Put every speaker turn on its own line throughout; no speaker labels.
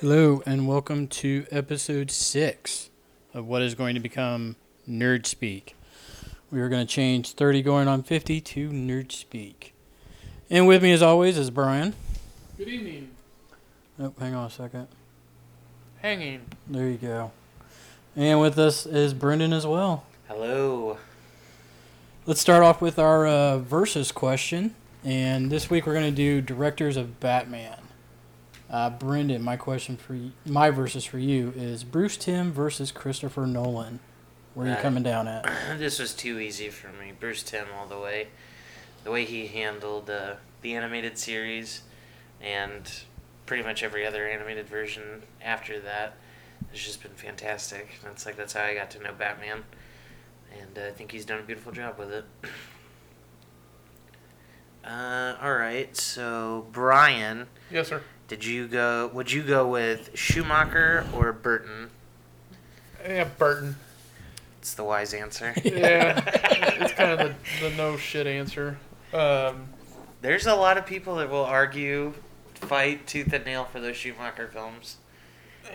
Hello, and welcome to episode six of what is going to become Nerd Speak. We are going to change 30 going on 50 to Nerd Speak. And with me, as always, is Brian.
Good evening.
Oh, hang on a second.
Hanging.
There you go. And with us is Brendan as well.
Hello.
Let's start off with our uh, versus question. And this week, we're going to do directors of Batman. Uh, Brendan, my question for y my versus for you is Bruce Tim versus Christopher Nolan. Where are you
Uh,
coming down at?
this was too easy for me. Bruce Tim all the way. The way he handled uh, the animated series and pretty much every other animated version after that has just been fantastic. And it's like that's how I got to know Batman. And uh, I think he's done a beautiful job with it. Uh, all right. So Brian,
Yes, sir.
did you go? Would you go with Schumacher or Burton?
Yeah, Burton.
It's the wise answer.
Yeah, it's kind of the, the no shit answer. Um,
There's a lot of people that will argue, fight tooth and nail for those Schumacher films.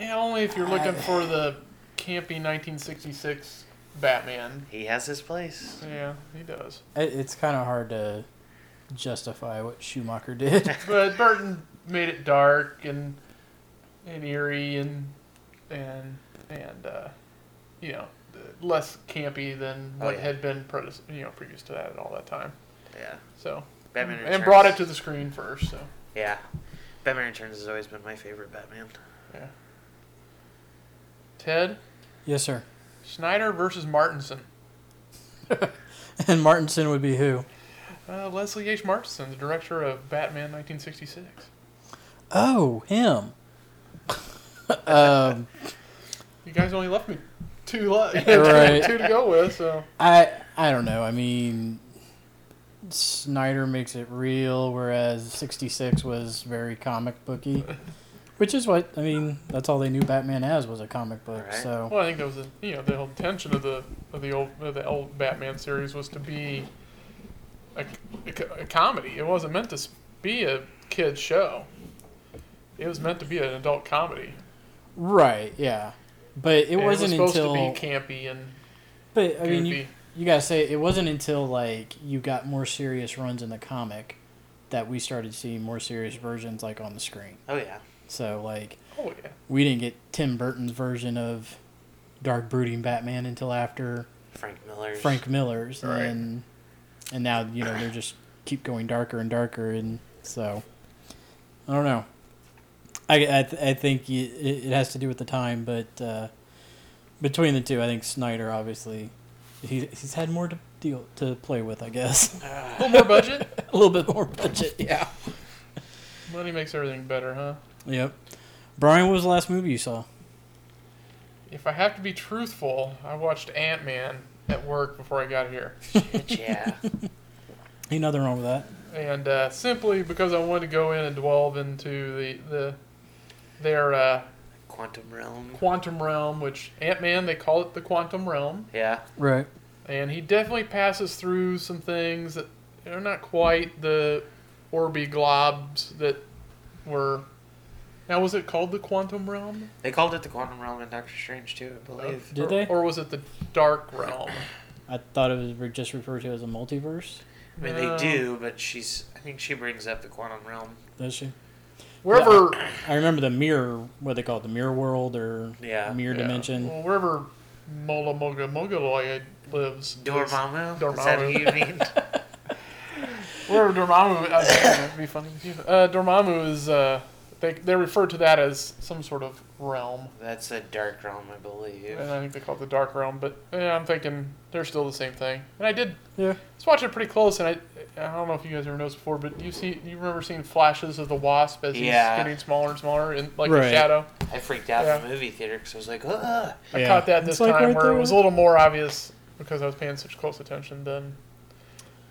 yeah, only if you're looking for the campy 1966 Batman.
He has his place.
Yeah, he does.
It, it's kind of hard to justify what Schumacher did.
But Burton made it dark and and eerie and and and uh, you know less campy than
Oh,
what
yeah.
had been predes- you know previous to that at all that time.
Yeah,
So
Batman Returns.
and brought it to the screen first. So
Yeah, Batman Returns has always been my favorite Batman.
Ted.
yes, sir.
Schneider versus Martinson.
And Martinson would be who?
Uh, Leslie H. Martinson, the director of Batman 1966.
Oh, him. um,
You guys only left me two, le-
Right.
two to go with, so
I I don't know. I mean, Snyder makes it real, whereas '66 was very comic booky, which is what I mean. That's all they knew Batman as was a comic book.
Right.
So
well, I think that was the, you know the whole intention of the of the old of the old Batman series was to be a, a co- a comedy. It wasn't meant to s- be a kid show. It was meant to be an adult comedy.
right, yeah. But it
And
wasn't
it was supposed
until
to be campy and
but I
goofy.
mean you, you gotta say it wasn't until like you got more serious runs in the comic that we started seeing more serious versions like on the screen.
Oh yeah,
So like
oh yeah,
we didn't get Tim Burton's version of dark brooding Batman until after
Frank Miller's.
Frank Miller's
Right.
and and now you know they're just keep going darker and darker and so I don't know. I I, th- I think y- it, it has to do with the time, but uh, between the two, I think Snyder obviously he, he's had more to deal to play with, I guess.
a
Ah,
little more budget.
a little bit more budget, yeah.
Money makes everything better, huh?
Yep. Brian, what was the last movie you saw?
If I have to be truthful, I watched Ant Man at work before I got here,
shit, yeah.
Ain't nothing wrong with that.
and uh, simply because I wanted to go in and delve into the the their uh,
Quantum Realm.
quantum realm, which Ant Man they call it the quantum realm,
Yeah.
Right.
and he definitely passes through some things that are not quite the Orby globs that were. Now was it called the quantum realm?
They called it the Quantum Realm in Doctor Strange too, I believe.
Did
or,
they?
Or was it the dark realm?
I thought it was re- just referred to as a multiverse.
I mean,
No.
they do, but she's. I think she brings up the Quantum Realm.
Does she?
Wherever
I remember the mirror. What they call it, the mirror world or
Yeah.
mirror
Yeah.
dimension.
Well, wherever Mola Moga Mogaloy lives, is-
Dormammu. Dormammu. Is that who you mean?
wherever Dormammu, uh, that'd be funny with you. Uh, Dormammu is uh, they they refer to that as some sort of realm,
That's the Dark Realm, I believe.
and I think they call it the Dark Realm. But yeah, I'm thinking they're still the same thing. And I did
Yeah.
just watch it pretty close, and I I don't know if you guys ever noticed before, but you see you remember seeing flashes of the Wasp as
Yeah.
he's getting smaller and smaller, and like a
Right.
shadow.
I freaked out
Yeah.
in the movie theater because I was like, ugh.
I
Yeah.
caught that
It's
this
like
time
right
where
there.
it was a little more obvious because I was paying such close attention than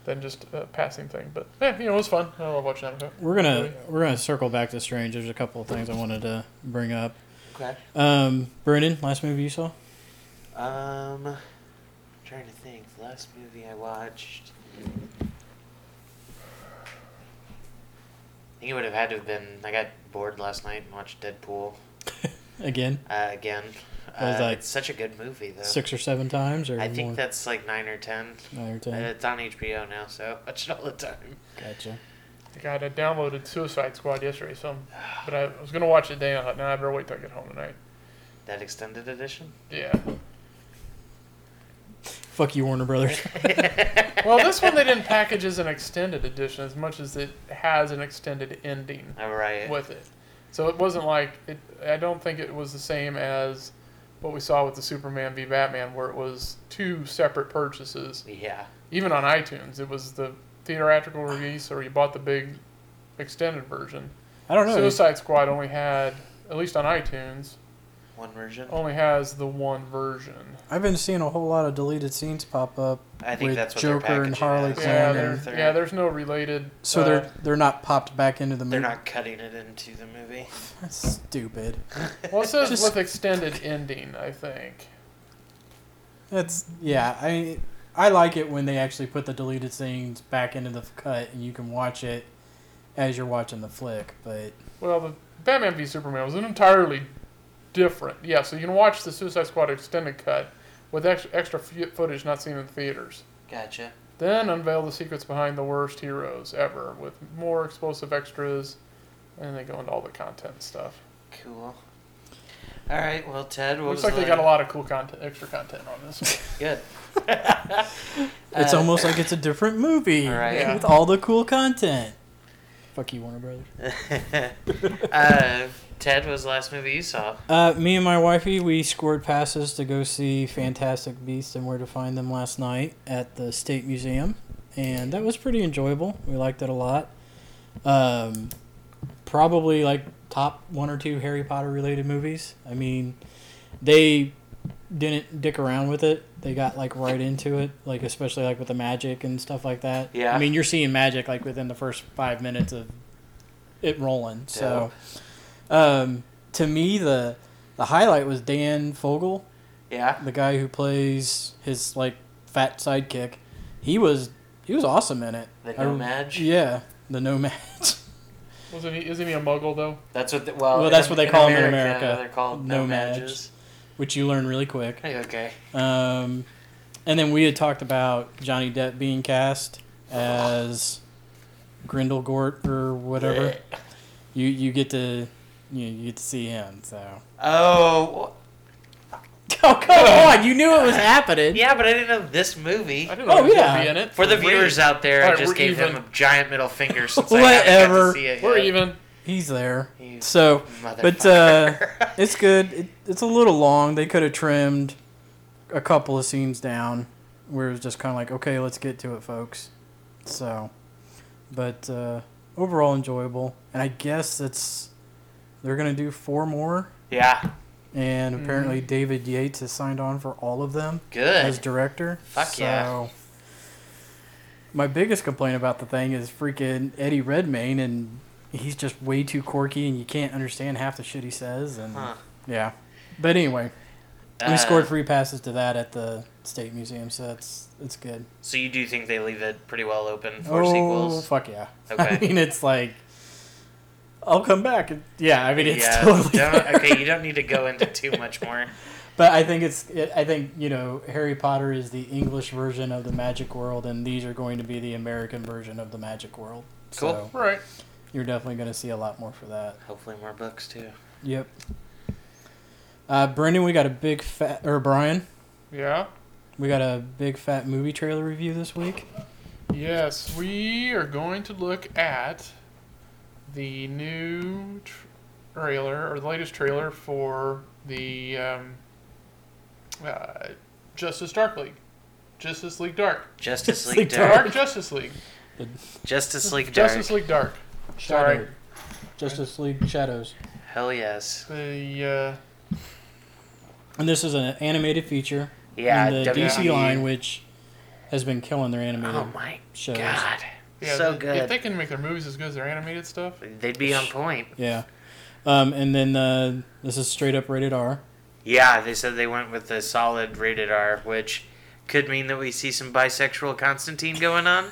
than just a passing thing. But yeah, you know, it was fun. I love watching that.
We're gonna we're gonna circle back to Strange. There's a couple of things I wanted to bring up.
Okay.
Um, Brennan, last movie you saw?
Um, I'm trying to think. The last movie I watched. I think it would have had to have been. I got bored last night and watched Deadpool.
again,
uh, again.
That was
Uh,
like
it's such a good movie though.
six or seven times, or
I think
more.
that's like nine or ten.
Nine or
Uh,
ten.
it's on HBO now, so I watch it all the time.
gotcha.
God, I downloaded Suicide Squad yesterday, so but I was gonna watch it today. and I thought, nah, I better wait till I get home tonight.
That extended edition.
Yeah.
Fuck you, Warner Brothers.
Well, this one they didn't package as an extended edition as much as it has an extended ending
All right.
with it. So it wasn't like it. I don't think it was the same as what we saw with the Superman v Batman, where it was two separate purchases.
Yeah.
Even on iTunes, it was the theatrical release, or you bought the big extended version.
I don't know.
Suicide Squad only had, at least on iTunes,
One version.
only has the one version.
I've been seeing a whole lot of deleted scenes pop up.
I think
with
that's what
Joker
they're
and
packaging
Harley
as.
Quinn
Yeah,
they're-
there, yeah. There's no related.
So
uh,
they're they're not popped back into the movie.
They're not cutting it into the movie.
That's stupid.
Well, it says
Just-
with extended ending, I think.
That's yeah. I I like it when they actually put the deleted scenes back into the cut, and you can watch it as you're watching the flick. But
Well, the Batman v Superman was an entirely different. Yeah, so you can watch the Suicide Squad extended cut with extra, extra fu- footage not seen in theaters.
Gotcha.
Then unveil the secrets behind the worst heroes ever with more explosive extras, and they go into all the content stuff.
Cool. All right. Well, Ted, what
Looks
was
like they
the-
got a lot of cool content, extra content on this.
Good.
it's
Uh,
almost like it's a different movie
All right.
Yeah.
with all the cool content. Fuck you, Warner Brothers.
uh, Ted, what was the last movie you saw?
Uh, me and my wifey, we scored passes to go see Fantastic Beasts and Where to Find Them last night at the State Museum, and that was pretty enjoyable. We liked it a lot. Um, probably like top one or two Harry Potter related movies. I mean, they didn't dick around with it. They got like right into it, like especially like with the magic and stuff like that.
Yeah.
I mean, you're seeing magic like within the first five minutes of it rolling. So, um, to me, the the highlight was Dan Fogel,
Yeah.
the guy who plays his like fat sidekick. He was he was awesome in it.
The
I-
Nomad.
Yeah, the nomad.
Wasn't he? Isn't he a muggle though?
That's what. The, well,
Well, that's what they call 'em in America.
They're called
Nomads.
nomads.
which you learn really quick.
Hey, okay.
Um, and then we had talked about Johnny Depp being cast as Grindelgort or whatever. You you get to you, you get to see him. So
Oh.
oh come on, you knew it was happening.
Yeah, but I didn't know this movie.
I didn't know
Oh,
he was
yeah.
gonna be in it.
For the
We're
viewers out there, I
Alright,
just
we're
gave
even.
him a giant middle finger since I haven't got to
Whatever.
see it.
even. We're
yet.
even.
He's there.
You
So But uh,
motherfucker.
it's good. It, it's a little long. They could have trimmed a couple of scenes down where it was just kind of like, okay, let's get to it, folks. So, but uh, overall enjoyable. And I guess it's they're gonna do four more.
yeah,
And
Mm-hmm.
apparently, David Yates has signed on for all of them as
good.
director.
Fuck
so,
yeah.
My biggest complaint about the thing is freaking Eddie Redmayne, and he's just way too quirky, and you can't understand half the shit he says. And
Huh.
yeah. But anyway, we
Uh,
scored free passes to that at the State Museum, so that's it's good.
So you do think they leave it pretty well open for
oh,
sequels?
fuck yeah.
Okay.
I mean, it's like, I'll come back. and- Yeah, I mean, it's
yeah.
totally.
don't, okay, you don't need to go into too much more.
But I think it's, it, I think, you know, Harry Potter is the English version of the magic world, and these are going to be the American version of the magic world.
Cool.
So
Right.
you're definitely going to see a lot more for that.
Hopefully, more books too.
Yep. Uh, Brendan, we got a big fat, or Brian,
Yeah.
we got a big fat movie trailer review this week.
Yes, we are going to look at the new tr- trailer or the latest trailer for the um, uh, Justice Dark League, Justice League Dark,
Justice
Justice
League
League
Dark.
Dark Justice League,
Justice League Dark.
Justice League Dark. Sorry.
Shadow. Justice League Shadows.
Hell yes.
The uh,
And this is an animated feature
Yeah. E.
in the DC
WWE.
line, which has been killing their animated
Oh my
shows.
god.
uh, yeah,
so
they-
good.
If they can make their movies as good as their animated stuff,
They'd be on point.
Yeah. Um, and then uh, this is straight up rated R.
Yeah, they said they went with the solid rated R, which could mean that we see some bisexual Constantine going on.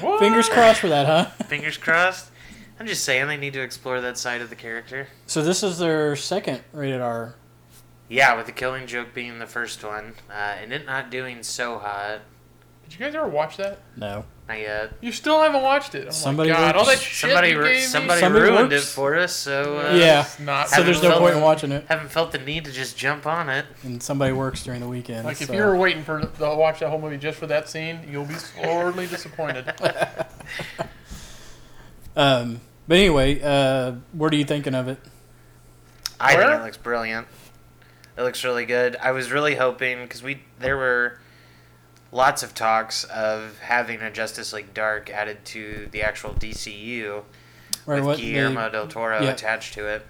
what?
Fingers crossed for that, huh?
Fingers crossed. I'm just saying they need to explore that side of the character.
So this is their second rated R.
Yeah, with the Killing Joke being the first one, uh, and it not doing so hot.
Did you guys ever watch that?
No.
Not yet.
You still haven't watched it. Oh
Somebody
my god,
works-
all that shit
Somebody,
you
ru-
gave me.
somebody,
Somebody
ruined
works-
it for us, so uh,
Yeah.
It's not
So there's no
something-
Haven't
point in watching it.
haven't felt the need to just jump on it.
And somebody works during the weekend.
Like if
so-
you were waiting for to watch that whole movie just for that scene, you'll be sorely disappointed.
Um, but anyway, uh, what are you thinking of it?
I
Where?
think it looks brilliant. It looks really good. I was really hoping because we there were lots of talks of having a Justice League Dark added to the actual DCU
Right,
with
what they-
Guillermo del Toro
yeah.
attached to it,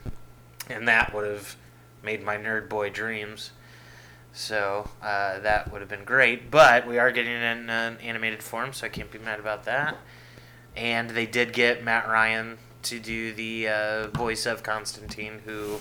and that would have made my nerd boy dreams. So uh, that would have been great, but we are getting it in an animated form, so I can't be mad about that. And they did get Matt Ryan to do the uh, voice of Constantine, who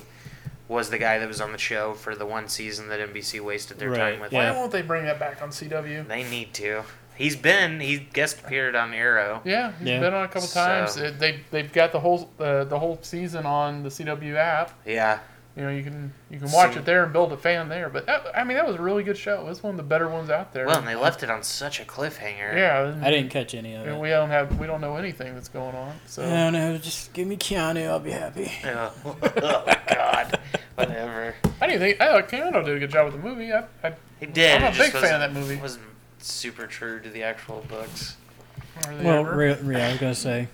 was the guy that was on the show for the one season that NBC wasted their
Right,
time with.
Why
Yeah.
won't they bring that back on CW?
They need to. He's been he guest appeared on Arrow.
Yeah, he's
Yeah.
been on a couple
So-
times. It, they they've got the whole uh, the whole season on the CW app.
Yeah,
You know, you can you can watch
So-
it there and build a fan there. But that, I mean, that was a really good show. It was one of the better ones out there.
well, and they left it on such a cliffhanger.
yeah, and,
I didn't catch any of
and
it.
we don't have we don't know anything that's going on. So
No, no, just give me Keanu, I'll be happy.
Oh, God. Whatever.
I didn't think I thought Keanu did a good job with the movie. I, I,
He did.
I'm a
it just
big fan of
wasn't-
that movie.
Wasn't super true to the actual books.
or they
Well,
ever-
re- yeah, I was gonna say,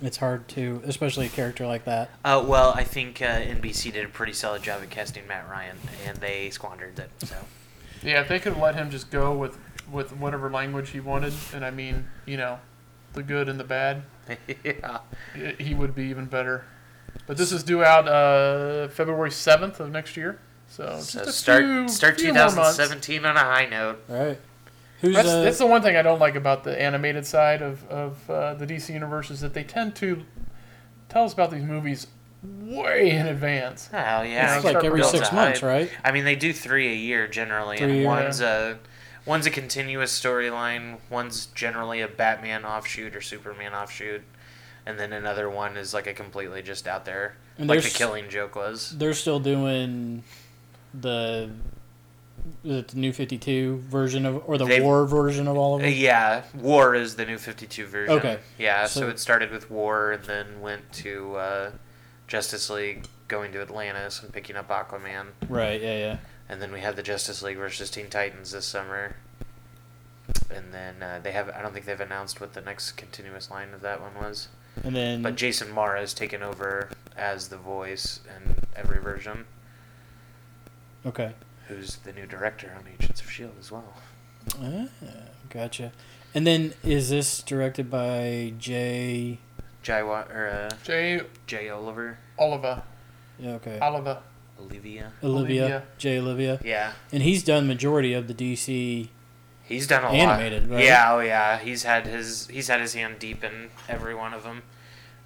it's hard to, especially a character like that.
Uh, well, I think uh, NBC did a pretty solid job at casting Matt Ryan, and they squandered it. So
Yeah, if they could have let him just go with with whatever language he wanted, and I mean, you know, the good and the bad,
yeah,
i- he would be even better. But this is due out uh, February seventh of next year, so,
so
just a
start
few,
start
few more months.
2017 on a high note.
Right. Who's
That's,
uh,
that's the one thing I don't like about the animated side of of uh, the DC universe is that they tend to tell us about these movies way in advance.
Hell yeah!
Yeah,
it's
I
like
start
every
built
six
to
months,
hype.
right?
I mean, they do three a year generally,
Three a
and
year.
one's a one's a continuous storyline, one's generally a Batman offshoot or Superman offshoot, and then another one is like a completely just out there,
And
like the
there's-
Killing Joke was.
They're still doing the the new Fifty Two version of, or the
They've-
War version of all of
Uh,
them.
yeah, War is the new Fifty Two version.
Okay.
Yeah, so,
So-
it started with War and then went to uh, Justice League going to Atlantis and picking up Aquaman,
Right. Yeah. Yeah.
and then we had the Justice League versus Teen Titans this summer. And then uh, they have—I don't think they've announced what the next continuous line of that one was.
And then
But Jason Mara has taken over as the voice in every version,
okay.
who's the new director on Agents of S.H.I.E.L.D. E as well.
Ah, gotcha. And then is this directed by Jay?
Jai Wa- or uh,
Jay
Jay Oliver,
Oliva,
yeah, Okay.
Oliva,
Olivia.
Olivia,
Olivia.
Jay Olivia,
Yeah,
and he's done majority of the DC.
he's done a
Animated,
lot.
right?
Oh, Yeah, oh yeah, he's had his he's had his hand deep in every one of them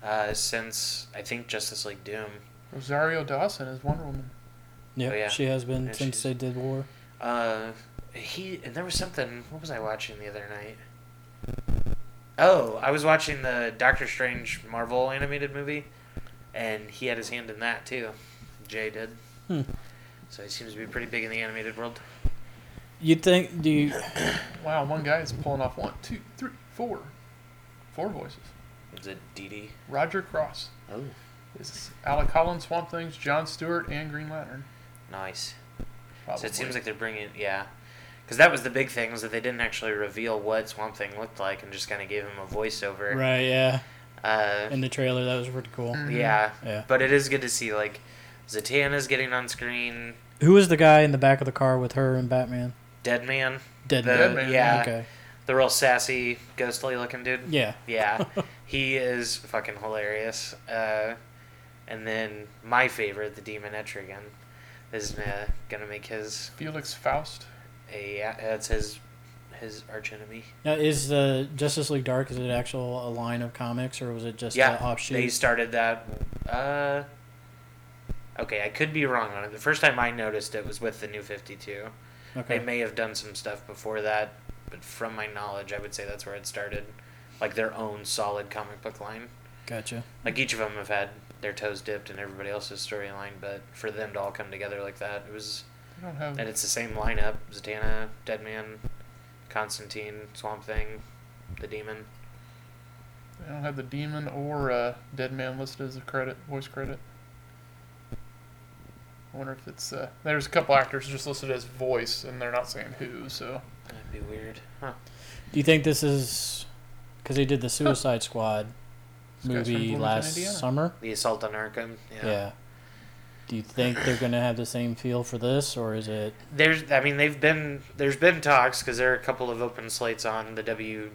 uh, since I think Justice League Doom.
Rosario Dawson is Wonder Woman.
Yep,
Oh, yeah.
she has been
Yeah,
since
she's-
they did War.
Uh, he and there was something. What was I watching the other night? Oh, I was watching the Doctor Strange Marvel animated movie, and he had his hand in that too. Jay did.
Hmm.
So he seems to be pretty big in the animated world.
You'd think do you,
Wow, one guy is pulling off one, two, three, four, four voices.
Is it DD?
Roger Cross
Oh,
is Alec Holland, Swamp Things, John Stewart, and Green Lantern.
nice.
Probably.
So it seems like they're bringing yeah, because that was the big thing was that they didn't actually reveal what Swamp Thing looked like and just kind of gave him a voiceover.
right? Yeah,
Uh,
in the trailer that was pretty cool.
Mm.
yeah,
Yeah.
but it is good to see like Zatanna's getting on screen.
Who was the guy in the back of the car with her and Batman?
Dead man,
Dead
the
Man.
Dead Man,
yeah,
Okay.
the real sassy, ghostly looking dude.
Yeah.
Yeah, he is fucking hilarious. Uh, and then my favorite, the demon Etrigan, is uh, gonna make his
Felix Faust.
a uh, that's his his archenemy.
Now, is the Justice League Dark is it actual a line of comics or was it just
yeah,
an offshoot?
they started that. Uh, okay, I could be wrong on it. The first time I noticed it was with the New Fifty Two.
okay.
They may have done some stuff before that, but from my knowledge, I would say that's where it started, like their own solid comic book line.
Gotcha.
Like each of them have had their toes dipped in everybody else's storyline, but for them to all come together like that, it was
I don't have.
and it's the same lineup: Zatanna, Deadman, Constantine, Swamp Thing, the Demon.
I don't have the demon or uh, dead man listed as a credit voice credit. I wonder if it's uh, there's a couple actors just listed as voice and they're not saying who. So
That'd be weird, huh?
Do you think this is because they did the Suicide Squad
This guy's from
movie
Bloomington,
last
Indiana.
summer?
The Assault on Arkham.
Yeah. Do you think they're gonna have the same feel for this, or is it?
There's, I mean, they've been there's been talks because there are a couple of open slates on the WB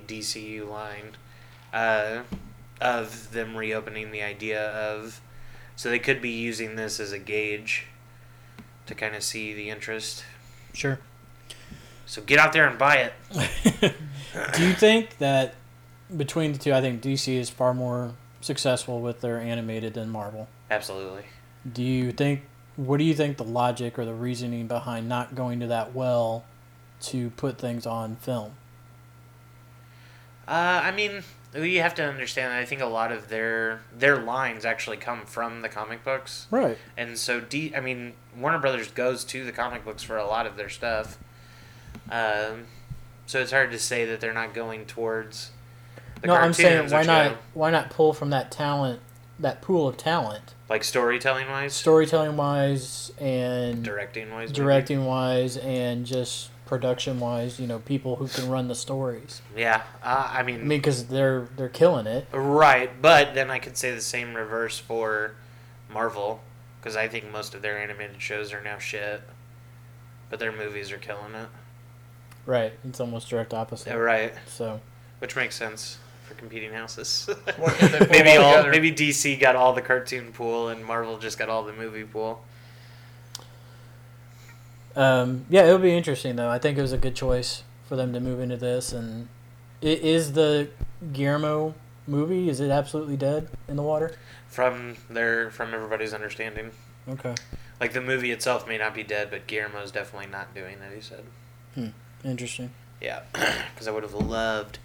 DCU line, uh, of them reopening the idea of, so they could be using this as a gauge, to kind of see the interest.
Sure.
So get out there and buy it.
Do you think that between the two, I think DC is far more successful with their animated than Marvel.
Absolutely.
Do you think? What do you think the logic or the reasoning behind not going to that well to put things on film?
Uh, I mean, you have to understand. I think a lot of their their lines actually come from the comic books.
Right.
And so, D. I mean, Warner Brothers goes to the comic books for a lot of their stuff. Um, so it's hard to say that they're not going towards. The
no, I'm saying
cartoons,
why
which
not?
are,
Why not pull from that talent, that pool of talent,
Like storytelling wise,
storytelling wise and
directing wise,
directing wise and just production wise? You know, people who can run the stories.
Yeah, uh, I
I
mean,
mean, because they're they're killing it.
right. But then I could say the same reverse for Marvel, because I think most of their animated shows are now shit, but their movies are killing it.
Right. It's almost direct opposite.
Right,
So
which makes sense for competing houses.
Why can't they pull
maybe
it all
all
together?
maybe DC got all the cartoon pool and Marvel just got all the movie pool.
um, yeah, it'll be interesting though. I think it was a good choice for them to move into this. And i- is the Guillermo movie is it absolutely dead in the water?
From their from everybody's understanding,
Okay.
like the movie itself may not be dead, but Guillermo's definitely not doing it. He said,
Interesting.
"Yeah," because I would have loved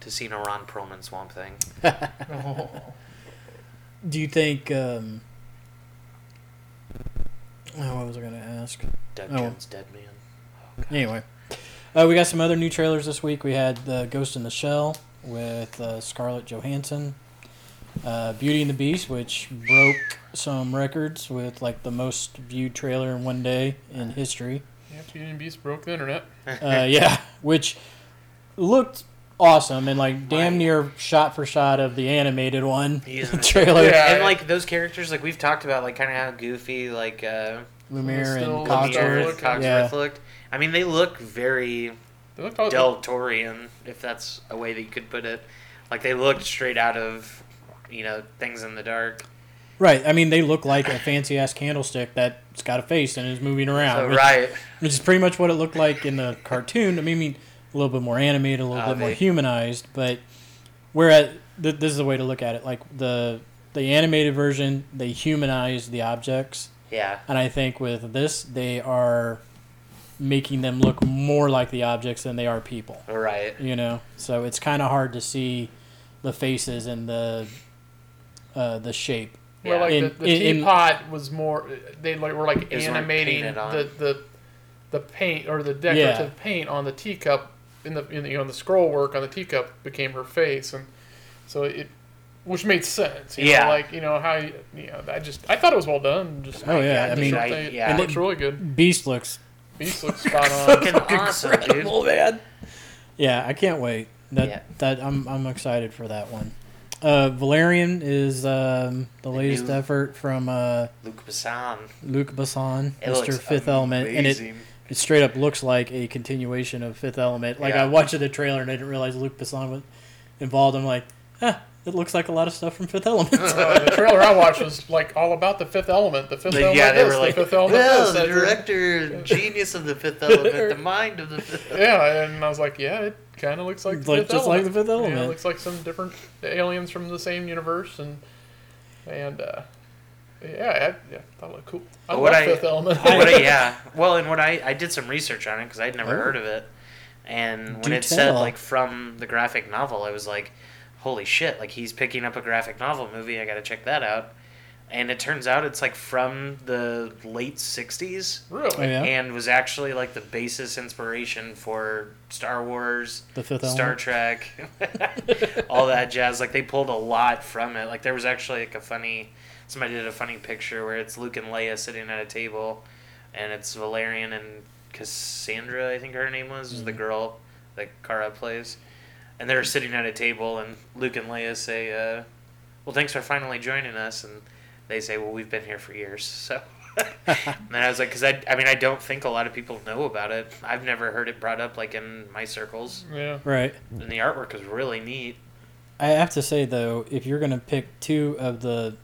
to seen a Ron Perlman Swamp Thing.
Oh.
Do you think? Um, oh, what was I going to ask?
Doug
Oh.
Jones, dead man. Oh, God.
Anyway, uh, we got some other new trailers this week. We had uh, Ghost in the Shell with uh, Scarlett Johansson, uh, Beauty and the Beast, which broke some records with like the most viewed trailer in one day in history.
Yeah, Beauty and the Beast broke the internet.
Oh,
Uh, yeah, which looked awesome and like damn near shot for shot of the animated one
He is in it.
trailer.
Yeah.
and like those characters, like we've talked about, like kind of how goofy, like uh,
Lumiere
Still
and
Lumiere and
Cogsworth.
Cogsworth,
yeah.
Cogsworth looked. I mean, they look very
They look all,
Del Torian, if that's a way that you could put it. Like they looked straight out of, you know, things in the dark.
Right. I mean, they look like a fancy ass candlestick that's got a face and is moving around.
so
which-
right,
which is pretty much what it looked like in the cartoon. I mean, I mean, a little bit more animated, a little
Ah,
bit more
they-
humanized, but whereas th- this is the way to look at it. Like the the animated version, they humanized the objects,
yeah,
and I think with this, they are making them look more like the objects than they are people.
right.
You know, so it's kind of hard to see the faces and the uh, the shape.
Well, like
In-
the, the
in- in-
teapot was more. They like were like
It was, like,
animating
painted on.
the, the the paint or the decorative paint on the teacup in the in the, you know, the scroll work on the teacup became her face, and so it, which made sense. You
Yeah.
know, like you know how you you know I just I thought it was well done. Just
Oh yeah, I
just
mean,
thought
I-
they-
yeah.
it
And
looks
it-
really good.
Beast looks
Beast looks spot on.
Fucking awesome, dude.
man. Yeah, I can't wait. That
Yeah.
that I'm I'm excited for that one. Uh, Valerian is um, the latest
new-
effort from uh,
Luke Besson.
Luke Besson,
It
Mr.
looks
Fifth Element, and it,
amazing.
it straight up looks like a continuation of Fifth Element. Like
Yeah.
I watched the trailer and I didn't realize Luke Besson was involved. I'm like, ah, it looks like a lot of stuff from Fifth Element.
Uh, the trailer I watched was like all about the fifth element. The fifth
But
element.
yeah, they
this,
were
the
like,
fifth element.
well,
this,
the
that,
director, genius of the Fifth Element, the mind of the Fifth.
Yeah, and I was like, yeah, it kind of looks like
It's
the
like-
Fifth
just like
Element.
the Fifth
Yeah,
Element.
it looks like some different aliens from the same universe, and and uh, yeah, I, yeah, I thought it looked cool. I
What
love
I-
Fifth Element.
What I- yeah. Well, and what I I did some research on it because I'd never
Oh.
heard of it, and when
Do
it said
tell.
like from the graphic novel, I was like, holy shit, like he's picking up a graphic novel movie. I got to check that out. And it turns out it's like from the late 60s
Really?
Oh, yeah.
and was actually like the basis inspiration for Star Wars,
The fifth
Star
element.
Trek, all that jazz. Like they pulled a lot from it. Like there was actually like a funny somebody did a funny picture where it's Luke and Leia sitting at a table and it's Valerian and Cassandra, I think her name was, is the
Mhm.
girl that Kara plays. And they're sitting at a table and Luke and Leia say, uh, well thanks for finally joining us and they say, well, we've been here for years. So, and then I was like, because I, I mean, I don't think a lot of people know about it. I've never heard it brought up like in my circles,
Yeah.
Right.
and the artwork is really neat.
I have to say though, if you're gonna pick two of the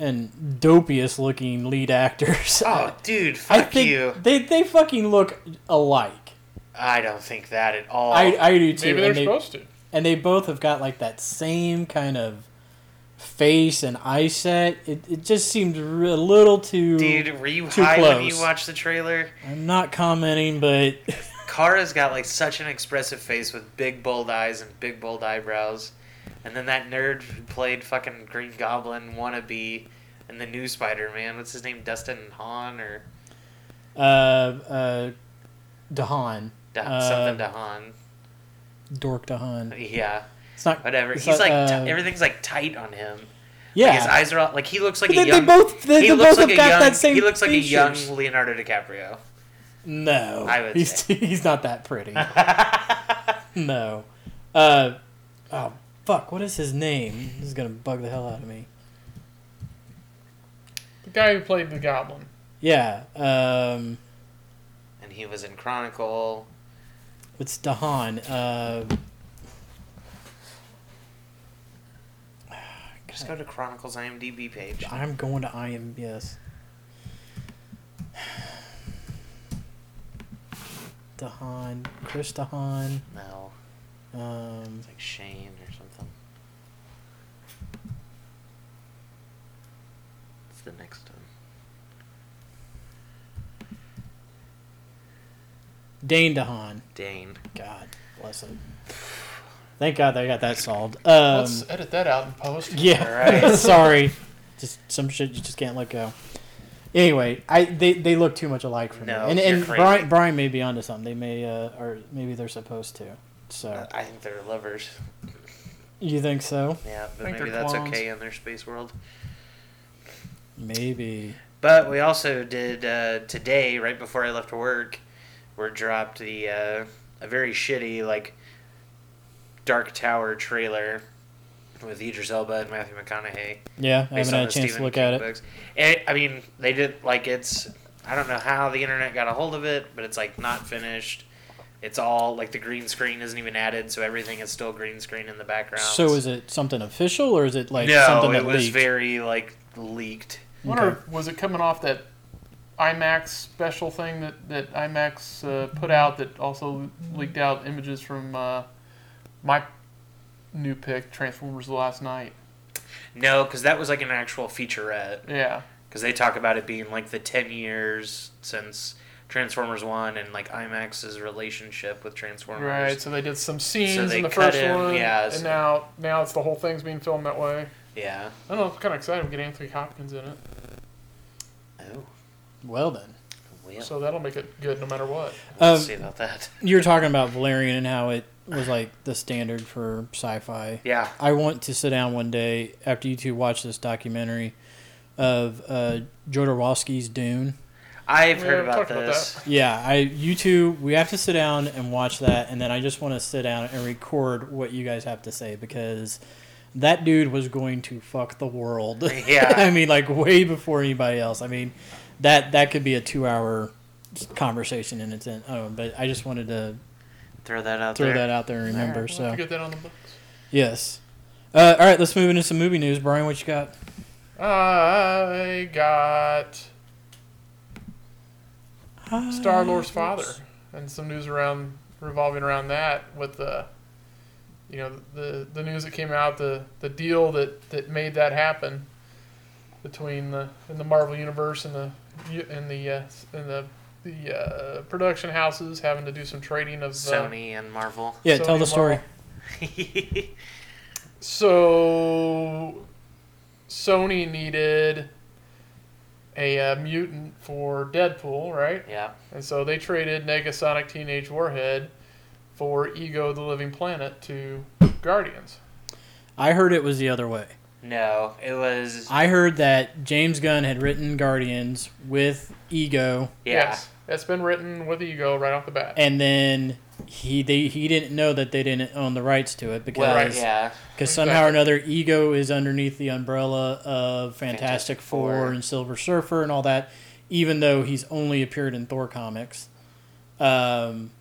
and dopiest looking lead actors,
Oh, dude,
I
fuck
think
you!
they they fucking look alike.
I don't think that at all.
I, I do too.
Maybe they're
and, they,
supposed to.
and they both have got like that same kind of face and eye set. It, it just seemed r- a little too.
dude, were you
Too
high when you
close.
watched the trailer?
I'm not commenting, but
Kara's got like such an expressive face with big bold eyes and big bold eyebrows, and then that nerd who played fucking Green Goblin wannabe. And the new Spider-Man, what's his name, Dustin Hahn or
uh, uh, Dahan,
Da-
Uh,
something Dahan?
dork Dahan.
Yeah,
It's not.
whatever.
It's
He's
not,
like ti-
uh,
everything's like tight on him.
Yeah,
Like, his eyes are all like he looks like
but they,
a
they
young.
both they,
he
they
looks
both
like
have
a
got
young.
that same.
he looks like
features.
a young Leonardo DiCaprio.
No,
I would
he's
say.
he's not that pretty. no, uh, oh fuck, what is his name? This is gonna bug the hell out of me.
The guy who played the Goblin.
Yeah, um,
and he was in Chronicle.
it's Dahan. Uh,
Just go to Chronicle's IMDb page.
I'm going to IM. Yes, Dahan, Chris Dahan.
No,
Um,
it's like Shane or something. It's the next one.
Dane Dahan.
Dane.
God bless him. Thank God they got that solved. Um,
Let's edit that out in post.
Yeah.
Right.
Sorry. Just some shit you just can't let go. Anyway, I they, they look too much alike for
No,
me. And
you're
and
crazy.
Brian Brian may be onto something. They may uh or maybe they're supposed to.
Oh.
So
Uh, I think they're lovers.
you think so?
Yeah, but
think
maybe
they're
that's
clones.
okay in their space world.
Maybe.
But we also did uh, today, right before I left work, were dropped the uh, a very shitty like Dark Tower trailer with Idris Elba and Matthew McConaughey.
Yeah, I
based
haven't
on
had a chance
the
to
Stephen
look
King
at it.
books. And, I mean, they did like it's. I don't know how the internet got a hold of it, but it's like not finished. It's all like the green screen isn't even added, so everything is still green screen in the background.
So is it something official or is it like
no,
something that
it was
leaked?
very like leaked.
I wonder
Okay.
if- was it coming off that IMAX special thing that that IMAX uh, put out that also leaked out images from uh, my new pick Transformers: The Last Night.
No, because that was like an actual featurette.
Yeah,
because they talk about it being like the 10 years since transformers 1 and like imax's relationship with transformers
right. So they did some scenes
So they
in the
cut
first
in,
one,
yeah, so-
and now now it's the whole thing's being filmed that way.
yeah
I don't know. I'm kind of excited. We get Anthony Hopkins in it,
oh
Well then.
well
so that'll make it good no matter what.
we'll
Um,
see about that
you were talking about Valerian and how it was like the standard for sci-fi.
yeah
I want to sit down one day after you two watch this documentary of uh, Jodorowsky's Dune.
i've
Yeah, we
heard about
talked about
this
Yeah, I you two we have to sit down and watch that, and then I just want to sit down and record what you guys have to say because that dude was going to fuck the world.
Yeah.
I mean, like way before anybody else. I mean, that that could be a two-hour conversation in its own. But I just wanted to
throw that out
throw
there
that out there and remember.
We'll
So
have to get that on the books.
yes. Uh, all right, let's move into some movie news. Brian, what you got?
I got
Oh, Uh,
Star Lord's father, and some news around revolving around that with the, you know, the the news that came out, the the deal that that made that happen between the in the Marvel universe and the u- and the uh, and the the uh, production houses having to do some trading of uh,
sony and marvel
Yeah,
Sony
tell the
and
story.
Marvel. So Sony needed a uh, mutant for Deadpool, right?
yeah.
And so they traded Negasonic Teenage Warhead for Ego the Living Planet to Guardians.
I heard it was the other way.
No, it was.
I heard that James Gunn had written Guardians with Ego,
Yeah.
that's been written with Ego right off the bat.
and then he they he didn't know that they didn't own the rights to it because
Well,
Right.
yeah.
Because somehow or
Exactly.
another, Ego is underneath the umbrella of Fantastic,
Fantastic
Four,
Four.
and Silver Surfer and all that, even though he's only appeared in Thor comics. Um,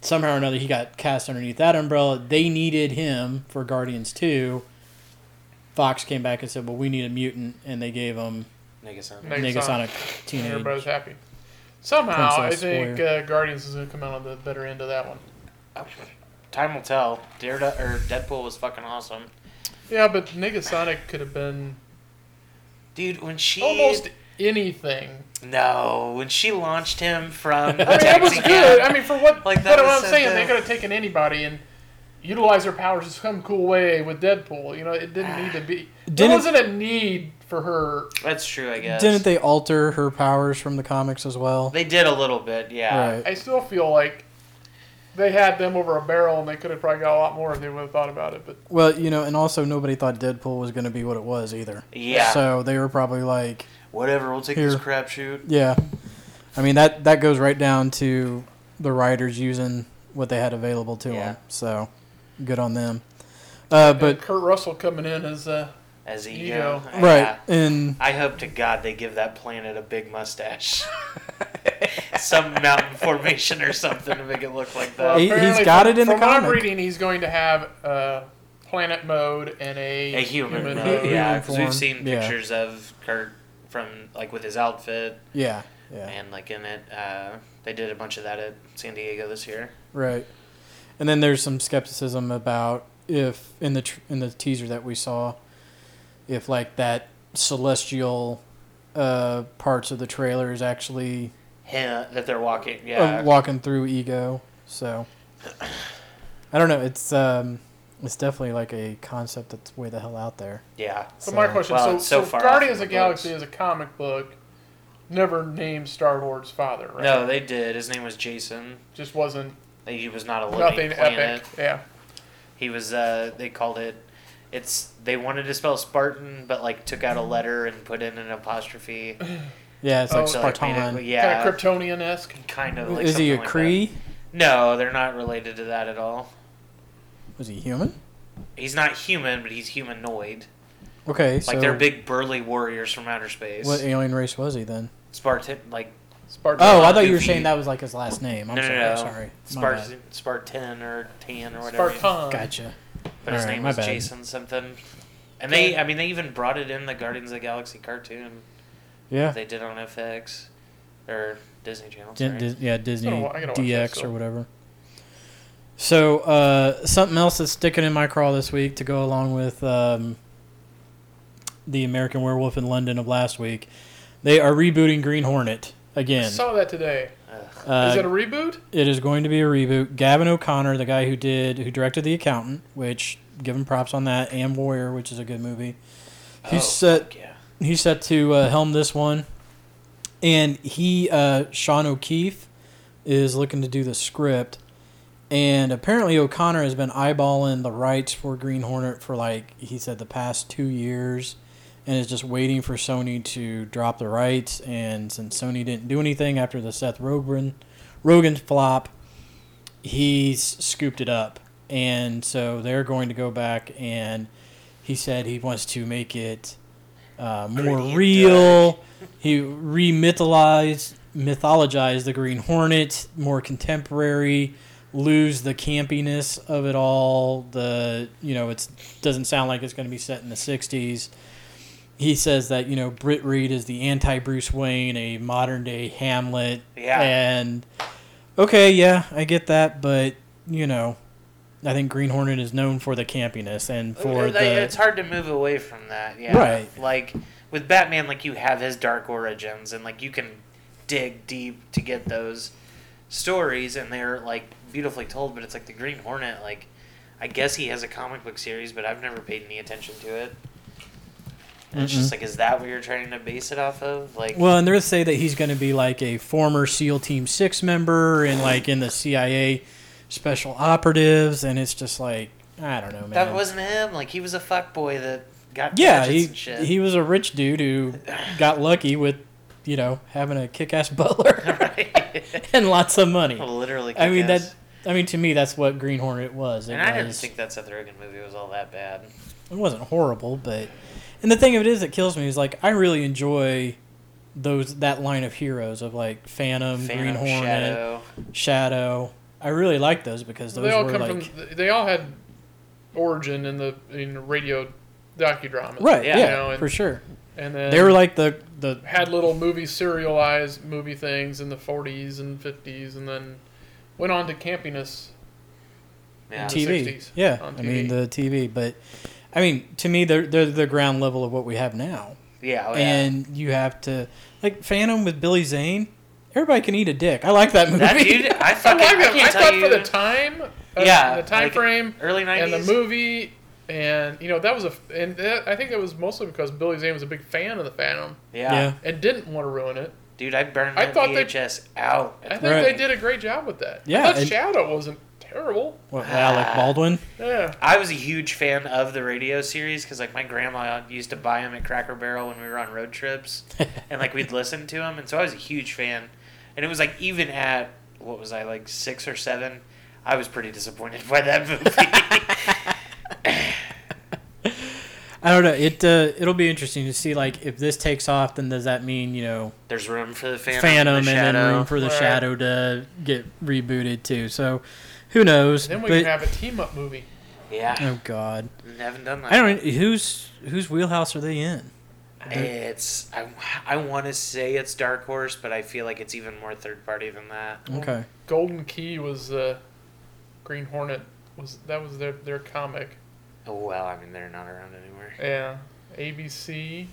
somehow or another, he got cast underneath that umbrella. They needed him for Guardians 2. Fox came back and said, Well, we need a mutant, and they gave him
Negasonic.
Negasonic.
Negasonic
And
Teenage.
everybody's happy. Somehow,
Princess
I think uh, Guardians is going to come out on the better end of that one.
Time will tell. Daredevil or Deadpool was fucking awesome,
Yeah, but Negasonic could have been
dude. When she
almost anything.
no, when she launched him from the
I mean, that was
taxi
good.
cab-
I mean, for what?
Like, that
but
was uh,
what I'm
so
saying, they
dope.
could have taken anybody and utilized their powers in some cool way with Deadpool. You know, it didn't need to be. There
Didn't-
wasn't a need for her.
That's true, I guess.
Didn't they alter her powers from the comics as well?
They did a little bit, yeah.
Right.
I still feel like they had them over a barrel, and they could have probably got a lot more if they would have thought about it. But
Well, you know, and also nobody thought Deadpool was going to be what it was either.
Yeah.
So they were probably like,
Whatever, we'll take
Here.
this crap shoot.
Yeah, I mean that that goes right down to the writers using what they had available to
Yeah.
them. So good on them. Uh, but
and Kurt Russell coming in as uh,
As
Ego.
ego.
right and
I hope to God they give that planet a big mustache. Some mountain formation or something to make it look like that.
well,
He- he's
apparently
got
from-
it in the
from what I'm
comic.
reading, he's going to have uh, planet mode and a, uh,
a human,
mode.
mode,
Human
yeah. Because
form,
we've seen
yeah.
pictures of Kurt from like with his outfit
yeah, yeah,
and like in it. Uh, they did a bunch of that at San Diego this year.
right. And then there's some skepticism about if in the tr- in the teaser that we saw, if like that celestial uh, parts of the trailer is actually
Him that they're walking,
uh,
yeah.
walking through ego. So I don't know. It's um, it's definitely like a concept that's way the hell out there.
yeah.
So, my
So-
question,
Well,
so,
it's so
so,
far off
Guardians
in
of
the
the Galaxy
books.
is a comic book, never named Star Lord's father, right?
No, they did. His name was Jason.
just wasn't
He was not a living
nothing
planet.
epic. Yeah,
He was. Uh, they called it. It's. They wanted to spell Spartan, but like took out a letter and put in an apostrophe.
Yeah, it's
Oh,
like
so,
like, made it-
Spartan.
yeah.
kind of Kryptonian esque.
kind of like
Is he a
something like
Cree?
that. no, they're not related to that at all.
Was he human?
He's not human, but he's humanoid.
Okay,
Like
so
they're big burly warriors from outer space.
what alien race was he then?
Spartan, like
Spartan.
Oh, I thought you were
Goofy.
saying that was like his last name. I'm
no,
sorry.
no, no,
Sorry. My bad.
Spartan, Spartan or Tan or whatever.
Spartan.
Gotcha.
But his
All right,
name
my
was
bad.
Jason something. And they, I mean, they even brought it in the Guardians of the Galaxy cartoon
Yeah.
they did on FX or Disney Channel.
Di-
sorry.
Dis- yeah, Disney
wa- I gotta watch that
DX
still.
or whatever. So uh, something else that's sticking in my craw this week to go along with um, the American Werewolf in London of last week, they are rebooting Green Hornet
I
again.
saw that today.
Ugh.
Uh,
is it a reboot?
it is going to be a reboot. Gavin O'Connor, the guy who did who directed The Accountant, which give him props on that, and Warrior, which is a good movie. He's
Oh,
set
fuck yeah.
he's set to uh, helm this one, and he uh, Sean O'Keefe is looking to do the script, and apparently O'Connor has been eyeballing the rights for Green Hornet for like he said the past two years, and is just waiting for Sony to drop the rights. And since Sony didn't do anything after the Seth Rogen Rogen flop, he's scooped it up, and so they're going to go back and. He said he wants to make it uh, more
Gritty and
real. He remythologized mythologized the Green Hornet, more contemporary, lose the campiness of it all. The you know it's doesn't sound like it's going to be set in the '60s. He says that you know Britt Reed is the anti Bruce Wayne, a modern day Hamlet,
Yeah.
and okay, yeah, I get that, but you know. I think Green Hornet is known for the campiness and for
Like,
the
it's hard to move away from that yeah
Right.
like with batman like you have his dark origins and like you can dig deep to get those stories and they're like beautifully told but it's like the green hornet like I guess he has a comic book series, but I've never paid any attention to it. And it's just
Mm-mm.
like, is that what you're trying to base it off of? Like,
Well, and they say that he's going to be like a former SEAL Team Six member and like in the CIA special operatives, and it's just like I don't know, man.
that wasn't him. Like, he was a fuckboy that got
yeah,
gadgets
he
and shit.
he was a rich dude who got lucky with you know having a kick-ass butler
right.
and lots of money.
Literally.
I mean
kick-ass.
that. I mean to me, that's what Green Hornet was. It
And I didn't
was-
think that Seth Rogen movie was all that bad.
it wasn't horrible, but and the thing of it is that kills me is like I really enjoy those that line of heroes of like Phantom, Green
Phantom
Hornet, Shadow.
Shadow.
I really like those because those
they all
were
come
like
from. They all had origin in the in the radio docudramas.
right,
yeah,
yeah,
you
know, and-
for sure.
And then
They were like the the
had little movie serialized movie things in the 40s and 50s, and then went on to campiness.
Yeah.
T-
TV.
60s
yeah,
on
I mean
TV.
the TV, but I mean to me they're they're the ground level of what we have now,
yeah, oh, yeah.
and you have to like Phantom with Billy Zane. Everybody can eat a dick. I like that movie.
that dude, I
I,
fucking
like
I
it.
can't
I
tell
thought for the
you.
time, uh,
Yeah,
the time
like,
frame,
Early
and the
nineties.
movie, and you know that was a, f- and that, I think that was mostly because Billy Zane was a big fan of the Phantom
Yeah.
Yeah.
and didn't want to ruin it.
dude, I burned
I
that
thought they-
VHS out.
I think
Right.
they did a great job with that.
Yeah,
I thought
and-
Shadow wasn't terrible.
What, Alec Baldwin.
Yeah,
I was a huge fan of the radio series because like my grandma used to buy them at Cracker Barrel when we were on road trips, and like we'd listen to them, and so I was a huge fan. And it was like even at what was I like six or seven, I was pretty disappointed by that movie.
I don't know. It uh, it'll be interesting to see like if this takes off, then does that mean you know
There's room for the Phantom,
Phantom,
Phantom
and
the
then
Shadow.
room for the
Right.
Shadow to get rebooted too? So who knows?
then we
But-
can have a team up movie.
yeah,
oh god,
haven't done that.
I don't. Whose whose wheelhouse are they in?
It's I, I want to say it's Dark Horse, but I feel like it's even more third party than that.
Okay,
Golden Key was uh, Green Hornet was that was their their comic.
Oh well, I mean they're not around anymore.
Yeah, ABC,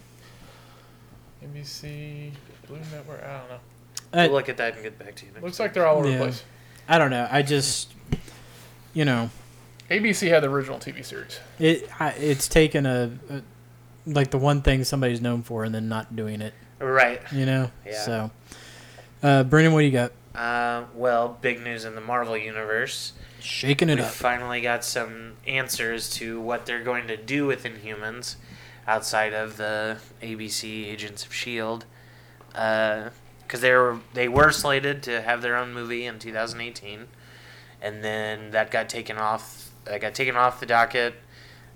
NBC, Blue Network. I don't know.
I,
we'll look at that and get back to you. Next
Looks like they're all over
Yeah.
the place.
I don't know. I just you know
ABC had the original TV series.
it. I, it's taken a, a like the one thing somebody's known for, and then not doing it.
right.
You know.
Yeah.
So, uh, Brendan, what do you got?
Uh, well, big news in the Marvel universe.
Shaking it
we
up.
finally got some answers to what they're going to do with Inhumans outside of the ABC Agents of Shield, because Uh, they were they were slated to have their own movie in 2018, and then that got taken off. That got taken off the docket,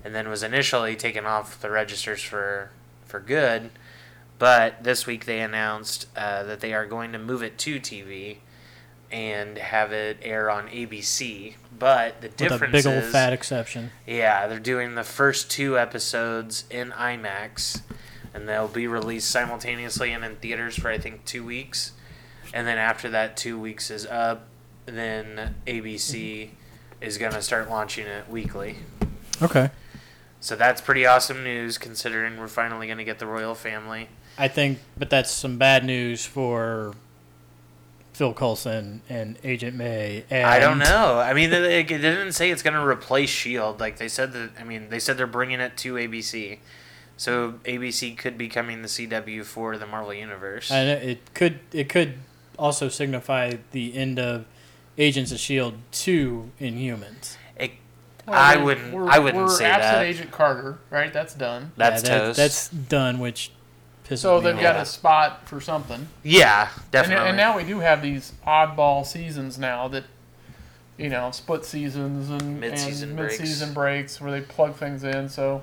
and then was initially taken off the registers for for good. But this week they announced uh, that they are going to move it to TV and have it air on ABC. But the
With a
difference
big old
is,
fat exception.
yeah, they're doing the first two episodes in IMAX, and they'll be released simultaneously and in theaters for I think two weeks, and then after that two weeks is up, then ABC is gonna start launching it weekly.
Okay.
So that's pretty awesome news, considering we're finally gonna get the royal family.
I think, but that's some bad news for Phil Coulson and Agent May. And
I don't know. I mean, they, they didn't say it's gonna replace Shield. E Like they said that. I mean, they said they're bringing it to ABC. So ABC could be coming the CW for the Marvel Universe.
I know it could it could also signify the end of Agents of Shield E two Inhumans.
It, I wouldn't- I wouldn't
we're
say
absent
that.
Agent Carter, right? That's done.
that's
Yeah, that-
toast.
That's done, which pisses
So
me
they've
off.
got a spot for something.
yeah,
And,
definitely.
and now we do have these oddball seasons now that, you know, split seasons and
Mid-season
and
breaks.
mid-season breaks where they plug things in. So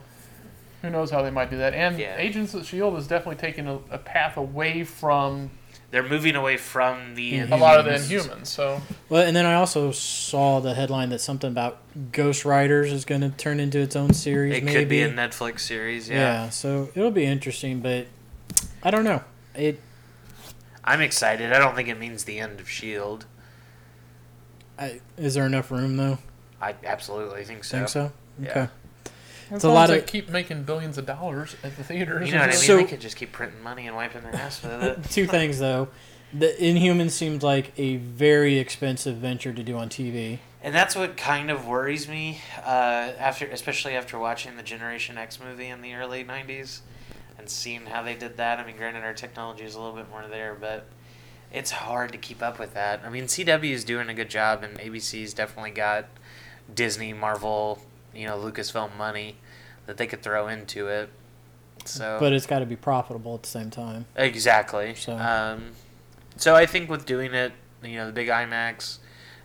who knows how they might do that. And
Yeah.
Agents of S.H.I.E.L.D. E is definitely taking a, a path away from
they're moving away from the
A
a lot of the
Inhumans.
Inhumans. So
Well, and then I also saw the headline that something about Ghost Riders is going to turn into its own series.
It
maybe.
could be a Netflix series.
yeah.
yeah.
So it'll be interesting, but I don't know. It
I'm excited. I don't think it means the end of Shield.
I, is there enough room though?
I absolutely think so.
Think so?
Yeah.
Okay.
as
a
long
lot
as they
of-
keep making billions of dollars at the theaters.
You know what I mean?
So-
they could just keep printing money and wiping their ass with it.
Uh, Two things though. The Inhuman seems like a very expensive venture to do on TV.
and that's what kind of worries me. Uh, after, especially after watching the Generation X movie in the early '90s, and seeing how they did that. I mean, granted, our technology is a little bit more there, but it's hard to keep up with that. I mean, CW is doing a good job, and ABC's definitely got Disney, Marvel, you know, Lucasfilm money that they could throw into it. So,
but it's got to be profitable at the same time.
Exactly.
So-
Um, so I think with doing it, you know, the big IMAX,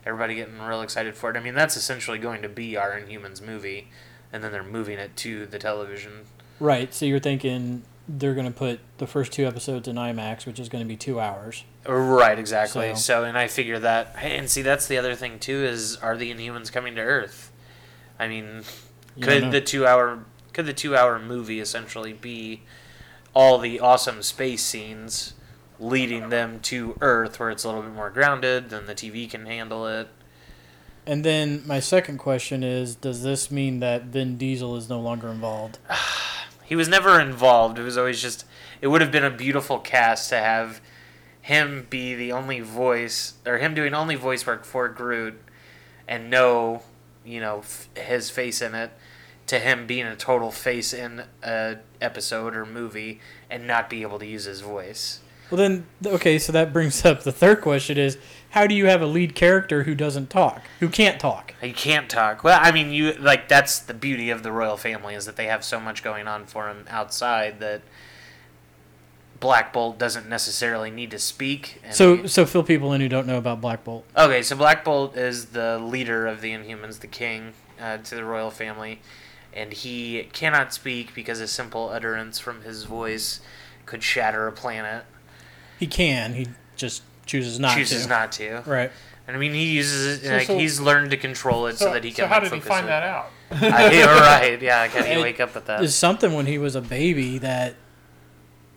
everybody getting real excited for it. I mean, that's essentially going to be our Inhumans movie, and then they're moving it to the television.
Right. So you're thinking they're going to put the first two episodes in IMAX, which is going to be two hours.
Right, exactly.
So-
So, and I figure that, and see, that's the other thing too is are the Inhumans coming to Earth? I mean,
You don't know.
could the two hour could the two hour movie essentially be all the awesome space scenes leading them to Earth, where it's a little bit more grounded, then the TV can handle it.
And then my second question is: Does this mean that Vin Diesel is no longer involved?
He was never involved. It was always just. It would have been a beautiful cast to have him be the only voice, or him doing only voice work for Groot, and no, you know, f- his face in it. To him being a total face in a episode or movie, and not be able to use his voice.
Well, then, okay. So that brings up the third question: Is how do you have a lead character who doesn't talk, who can't talk?
You can't talk. Well, I mean, you like that's the beauty of the royal family is that they have so much going on for them outside that Black Bolt doesn't necessarily need to speak. And
So, so fill people in who don't know about Black Bolt.
Okay, so Black Bolt is the leader of the Inhumans, the king uh, to the royal family, and he cannot speak because a simple utterance from his voice could shatter a planet.
He can. He just chooses not
chooses
to.
not to.
Right.
And I mean, he uses it.
So-
like
so-
he's learned to control it so, that he can.
how
like,
did he
focus
find
it.
that out?
Uh, yeah, right. Yeah, like, how do you
And
wake up with that?
There's something when he was a baby that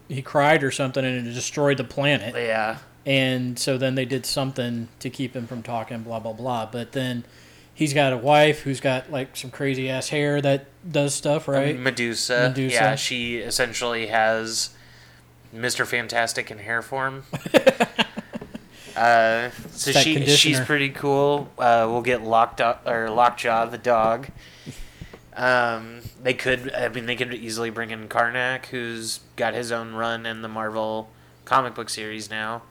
he cried or something, and it destroyed the planet.
Yeah.
and so then they did something to keep him from talking blah blah blah but then he's got a wife who's got like some crazy ass hair that does stuff right
Um, Mm-hmm. Medusa.
Medusa.
Yeah, she essentially has Mr. Fantastic in hair form. uh, so
It's that
she she's
conditioner.
pretty cool. Uh, we'll get locked up or Lockjaw the dog. Um, they could. I mean, they could easily bring in Karnak, who's got his own run in the Marvel comic book series now.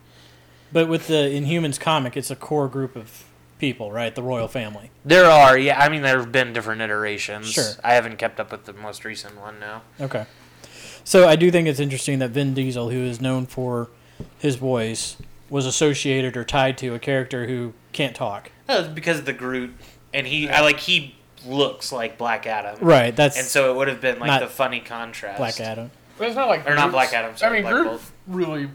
but with the inhumans comic it's a core group of people right the royal family
There are, yeah. I mean, there have been different iterations.
Sure.
I haven't kept up with the most recent one now.
okay so i do think it's interesting that vin diesel who is known for his voice was associated or tied to a character who can't talk
No, it's because of the Groot, and he, I like he looks like Black Adam,
right that's
and so it would have been like
Not
the funny contrast.
black adam
But it's not like
Or not
Groot's-
Black Adam, sorry,
I mean,
Black
Groot
Bolt. Oh,
really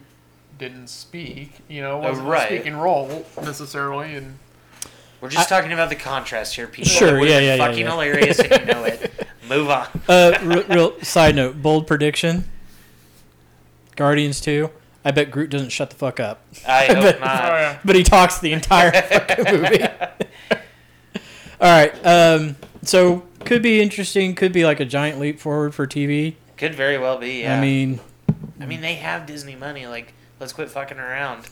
didn't speak. You know, it wasn't
right.
a speaking role necessarily, and
We're just talking about the contrast here, people.
Sure,
It would have
yeah,
been
yeah, yeah,
fucking
yeah.
hilarious, and you know it. Move on.
uh, real, real side note bold prediction guardians 2 i bet groot doesn't shut the fuck up
I
But-
hope
oh,
not.
yeah.
but he talks the entire fucking movie. All right, um, so could be interesting. Could be like a giant leap forward for TV.
Could very well be. Yeah.
I mean,
I mean, they have Disney money. Like, let's quit fucking around.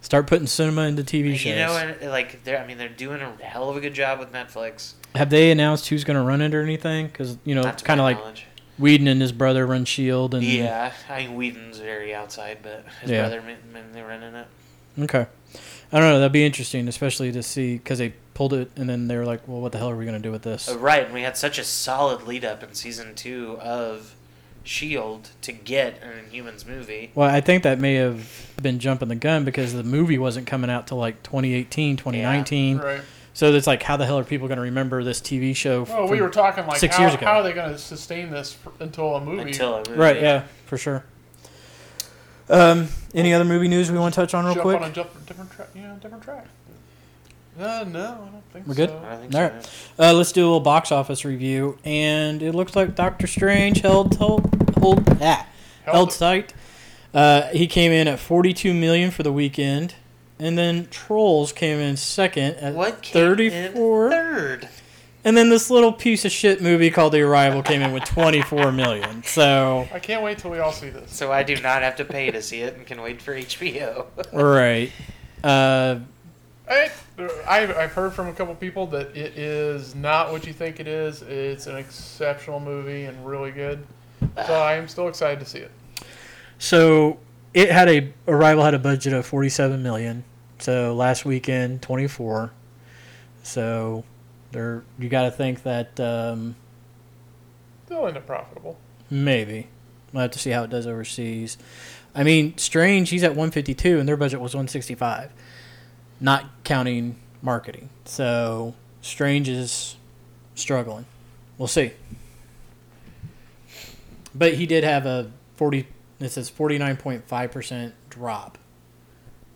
start putting cinema into TV shows.
You know, and, like they're. I mean, they're doing a hell of a good job with Netflix.
Have they announced who's going to run it or anything? Because you know,
Not to
kind of
my
like
knowledge.
Whedon and his brother run Shield, E and
Yeah, I mean, Whedon's very outside, but his
Yeah.
brother brother, man, they're running it.
okay, I don't know. That'd be interesting, especially to see because they pulled it and then they were like, "Well, what the hell are we going to do with this?"
Uh, Right, and we had such a solid lead up in season two of Shield E to get an Inhumans movie.
Well, I think that may have been jumping the gun because the movie wasn't coming out till like 2018, 2019.
right.
So it's like, how the hell are people going to remember this TV show?
Well, Oh, we
from-
were talking like
six
how,
years ago.
how are they going to sustain this f until a movie?
Until a movie.
right, yeah, for sure. Um, any other movie news we want to touch on real
jump
quick?
on a jump, different track. You know, different track. No, no, I don't think
We're good?
so.
I don't think
All
so.
right. Uh, let's do a little box office review, and it looks like Doctor Strange held held held that
Held
held,
it.
tight. Uh, he came in at forty two million for the weekend, and then Trolls came in second at
What came
thirty
in
four,
third?
and then this little piece of shit movie called The Arrival came in with twenty four million. So
I can't wait till we all see this.
So I do not have to pay to see it and can wait for HBO.
Right. Uh,
I, I've, I've heard from a couple people that it is not what you think it is. It's an exceptional movie and really good. So I am still excited to see it.
So it had a Arrival had a budget of forty seven million. So last weekend twenty four. So there you got to think that um,
They'll end up profitable.
maybe we'll have to see how it does overseas. I mean, Strange he's at one fifty two and their budget was one sixty five, not counting marketing. So Strange is struggling. We'll see. But he did have a forty. It says forty nine point five percent drop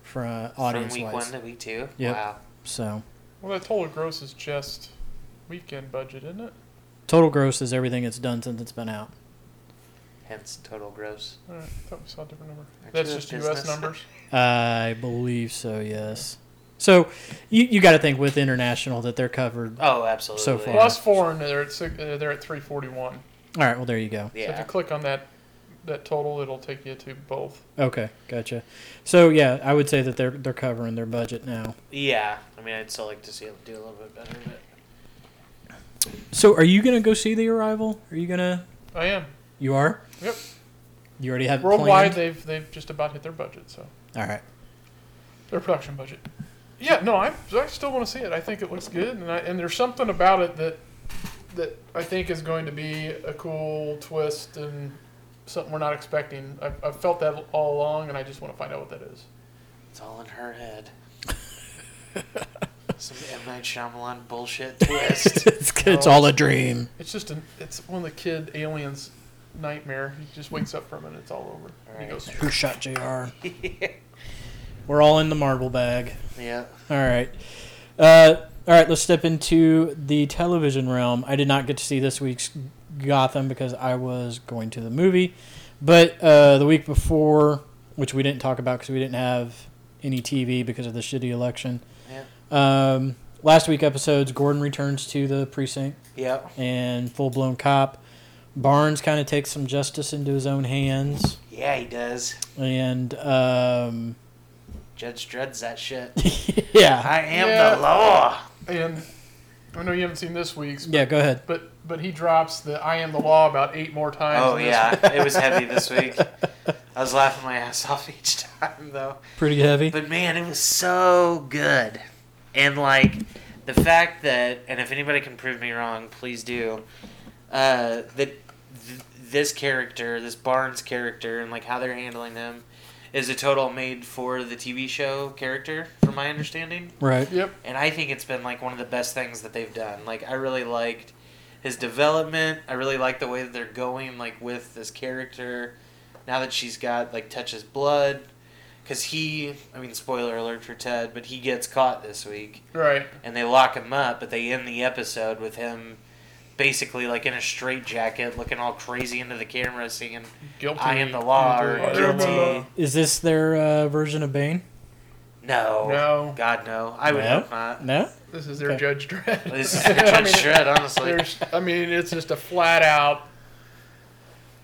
from audience
From week
wise.
one to week two?
Yep.
Wow.
So
Well, that total gross is just weekend budget, isn't it?
total gross is everything it's done since it's been out.
Hence total gross.
All right, I thought we saw a different number.
Aren't
That's
you a
just
business?
U.S. numbers.
I believe so. Yes. So you you got to think with international that they're covered. All
Oh, absolutely.
So far.
Plus foreign, they're at six, uh, they're at 341.
right. Well, there you go.
So if you
Yeah.
click on that that total, it'll take you to both.
Okay, gotcha. So yeah, I would say that they're they're covering their budget now.
Yeah. I mean, I'd still like to see it do a little bit better, but
So are you gonna go see the arrival? Are you gonna?
I am
You are.
Yep.
You already have it planned?
worldwide. They've they've just about hit their budget, so
All right.
their production budget. Yeah, no, I, I still want to see it. I think it looks good, and I, and there's something about it that that I think is going to be a cool twist and something we're not expecting. I've, I've felt that all along, and I just want to find out what that is.
it's all in her head. Some M. Night Shyamalan bullshit twist.
it's it's all a dream.
It's just an it's one of the kid aliens nightmare. He just wakes up from it, it's all over. And he
Right.
goes,
Who shot Jr. We're all in the marble bag.
yeah.
All right. Uh, all right, let's step into the television realm. I did not get to see this week's Gotham because I was going to the movie. But uh, the week before, which we didn't talk about because we didn't have any TV because of the shitty election,
Yeah.
um, last week episodes, Gordon returns to the precinct
Yeah.
and full blown cop. Barnes kind of takes some justice into his own hands.
Yeah, he does.
And um,
Judge dreads that shit.
yeah.
I am
Yeah.
the law.
and I know you haven't seen this week's,
Yeah, go ahead.
but but he drops the "I am the law" about eight more times.
Oh
in this
yeah, it was heavy this week. I was laughing my ass off each time though.
Pretty heavy.
But man, it was so good. And like the fact that, and if anybody can prove me wrong, please do. Uh, that th- this character, this Barnes character, and like how they're handling them, is a total made for the TV show character, from my understanding.
Right.
Yep.
And I think it's been like one of the best things that they've done. Like I really liked his development. I really like the way that they're going like with this character. Now that she's got like touches blood, because he, I mean, spoiler alert for Ted, but he gets caught this week
Right.
and they lock him up. But they end the episode with him basically like in a straitjacket, looking all crazy into the camera, singing
Guilty.
"I am the law" or
I am the
"Guilty."
law.
Is this their uh, version of Bane?
No.
No,
God no, I would
No?
hope not.
No.
this is their
Okay.
Judge Dredd.
This is Judge Shred, honestly.
There's, I mean, it's just a flat out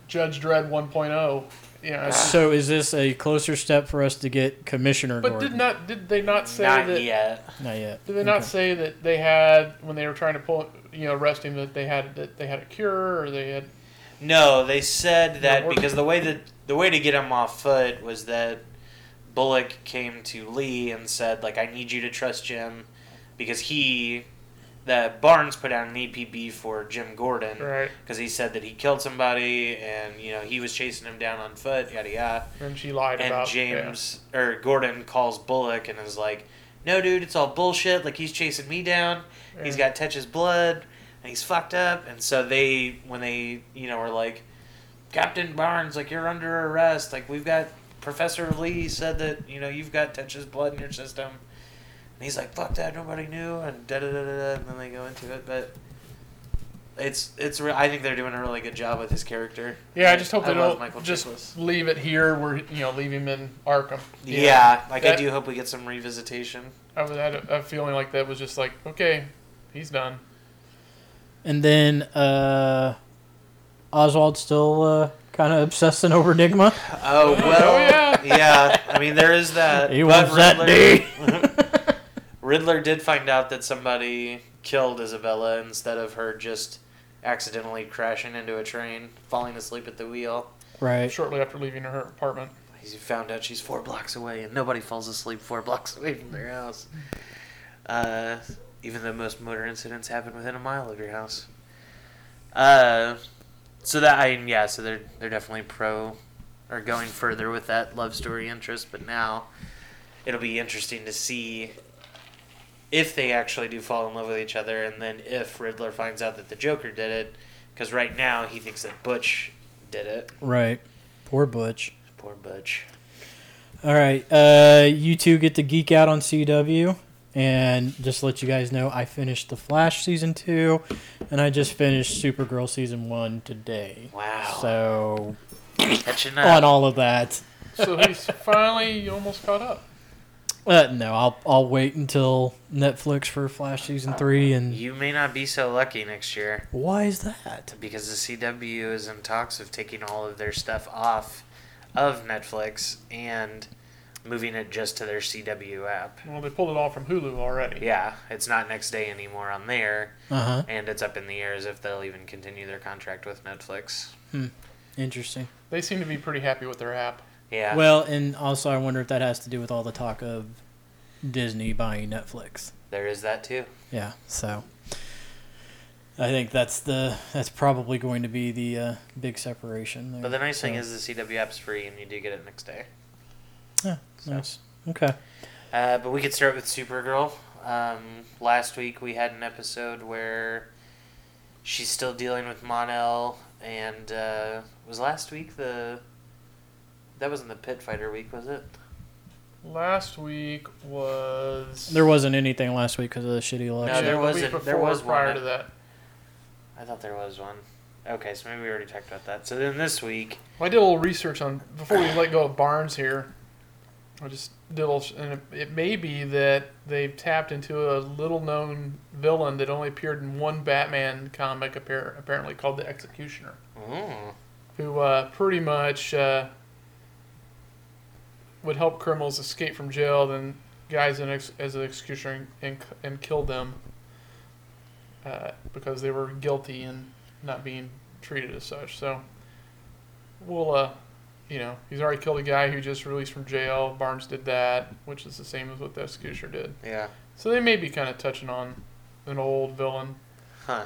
Judge Dredd 1.0. Yeah. it's-
So is this a closer step for us to get Commissioner
But
Gordon?
did not did they not say
Not
that?
yet.
Not yet.
Did they not
Okay.
say that they had when they were trying to pull you know arrest him that they had that they had a cure or they had
No, they said that
Not working.
because the way that the way to get him off foot was that Bullock came to Lee and said, like, I need you to trust Jim because he that Barnes put out an EPB for Jim Gordon
right
because he said that he killed somebody and you know he was chasing him down on foot, yada yada.
and she lied
and
about
James or Gordon calls Bullock and is like, "No, dude, it's all bullshit. Like he's chasing me down.
Yeah.
He's got Tetch's blood, and he's fucked up." And so they, when they, you know, are like, "Captain Barnes, like you're under arrest. Like we've got Professor Lee said that you know you've got Tetch's blood in your system." And he's like, "Fuck that, nobody knew." And da da da da. da, And then they go into it, but. It's it's. Re- I think they're doing a really good job with his character.
yeah I just hope they
love
don't
Michael
just
Chiklis.
leave it here where you know leave him in Arkham
Yeah, like I
That-
do hope we get some revisitation.
I was- had a, a feeling like that was just like okay he's done
And then uh, Oswald still uh, kind of obsessing over Enigma.
Oh well,
yeah.
yeah. I mean, there is that.
He
But
wants that
Riddler,
D.
Riddler did find out that somebody killed Isabella instead of her just accidentally crashing into a train, falling asleep at the wheel.
Right.
Shortly after leaving her apartment.
He found out she's four blocks away, and nobody falls asleep four blocks away from their house. Uh, even though most motor incidents happen within a mile of your house. Uh, so that I yeah, so they're they're definitely pro, or going further with that love story interest. But now, it'll be interesting to see if they actually do fall in love with each other, and then if Riddler finds out that the Joker did it, because right now he thinks that Butch did it.
Right. Poor Butch.
Poor Butch.
All right. Uh, you two get to geek out on CW. And just to let you guys know, I finished The Flash season two, and I just finished Supergirl season one today.
Wow.
So,
Catching up.
on all of that,
So he's finally almost caught up.
uh, no, I'll, I'll wait until Netflix for Flash season three. And
You may not be so lucky next year
why is that?
because the CW is in talks of taking all of their stuff off of Netflix and moving it just to their CW app.
Well, they pulled it all from Hulu already.
Yeah, it's not next day anymore on there,
Uh huh.
and it's up in the air as if they'll even continue their contract with Netflix.
Interesting.
They seem to be pretty happy with their app.
Yeah.
Well, and also I wonder if that has to do with all the talk of Disney buying Netflix.
there is that too.
Yeah, so I think that's the that's probably going to be the uh, big separation. There.
But the nice thing
So,
is the CW app's free and you do get it next day.
Yeah,
So.
nice. Okay.
Uh, but we could start with Supergirl. Um, last week we had an episode where she's still dealing with Monel, and uh, was last week the that wasn't the Pit Fighter week, was it?
Last week was
There wasn't anything last week because of the shitty
No,
yeah,
election.
there
the
was
week
a- there
before,
was one
prior
that-
to that.
I thought there was one. Okay, so maybe we already talked about that. So then this week,
Well, I did a little research on before we let go of Barnes here. I just did a little, and it, it may be that they've tapped into a little-known villain that only appeared in one Batman comic, appar- apparently called the Executioner,
mm,
who uh, pretty much uh, would help criminals escape from jail, then guys in ex- as an executioner and and killed them uh, because they were guilty and not being treated as such. So we'll, uh, you know, he's already killed a guy who just released from jail. Barnes did that, which is the same as what the executioner did.
yeah,
So they may be kind of touching on an old villain.
huh?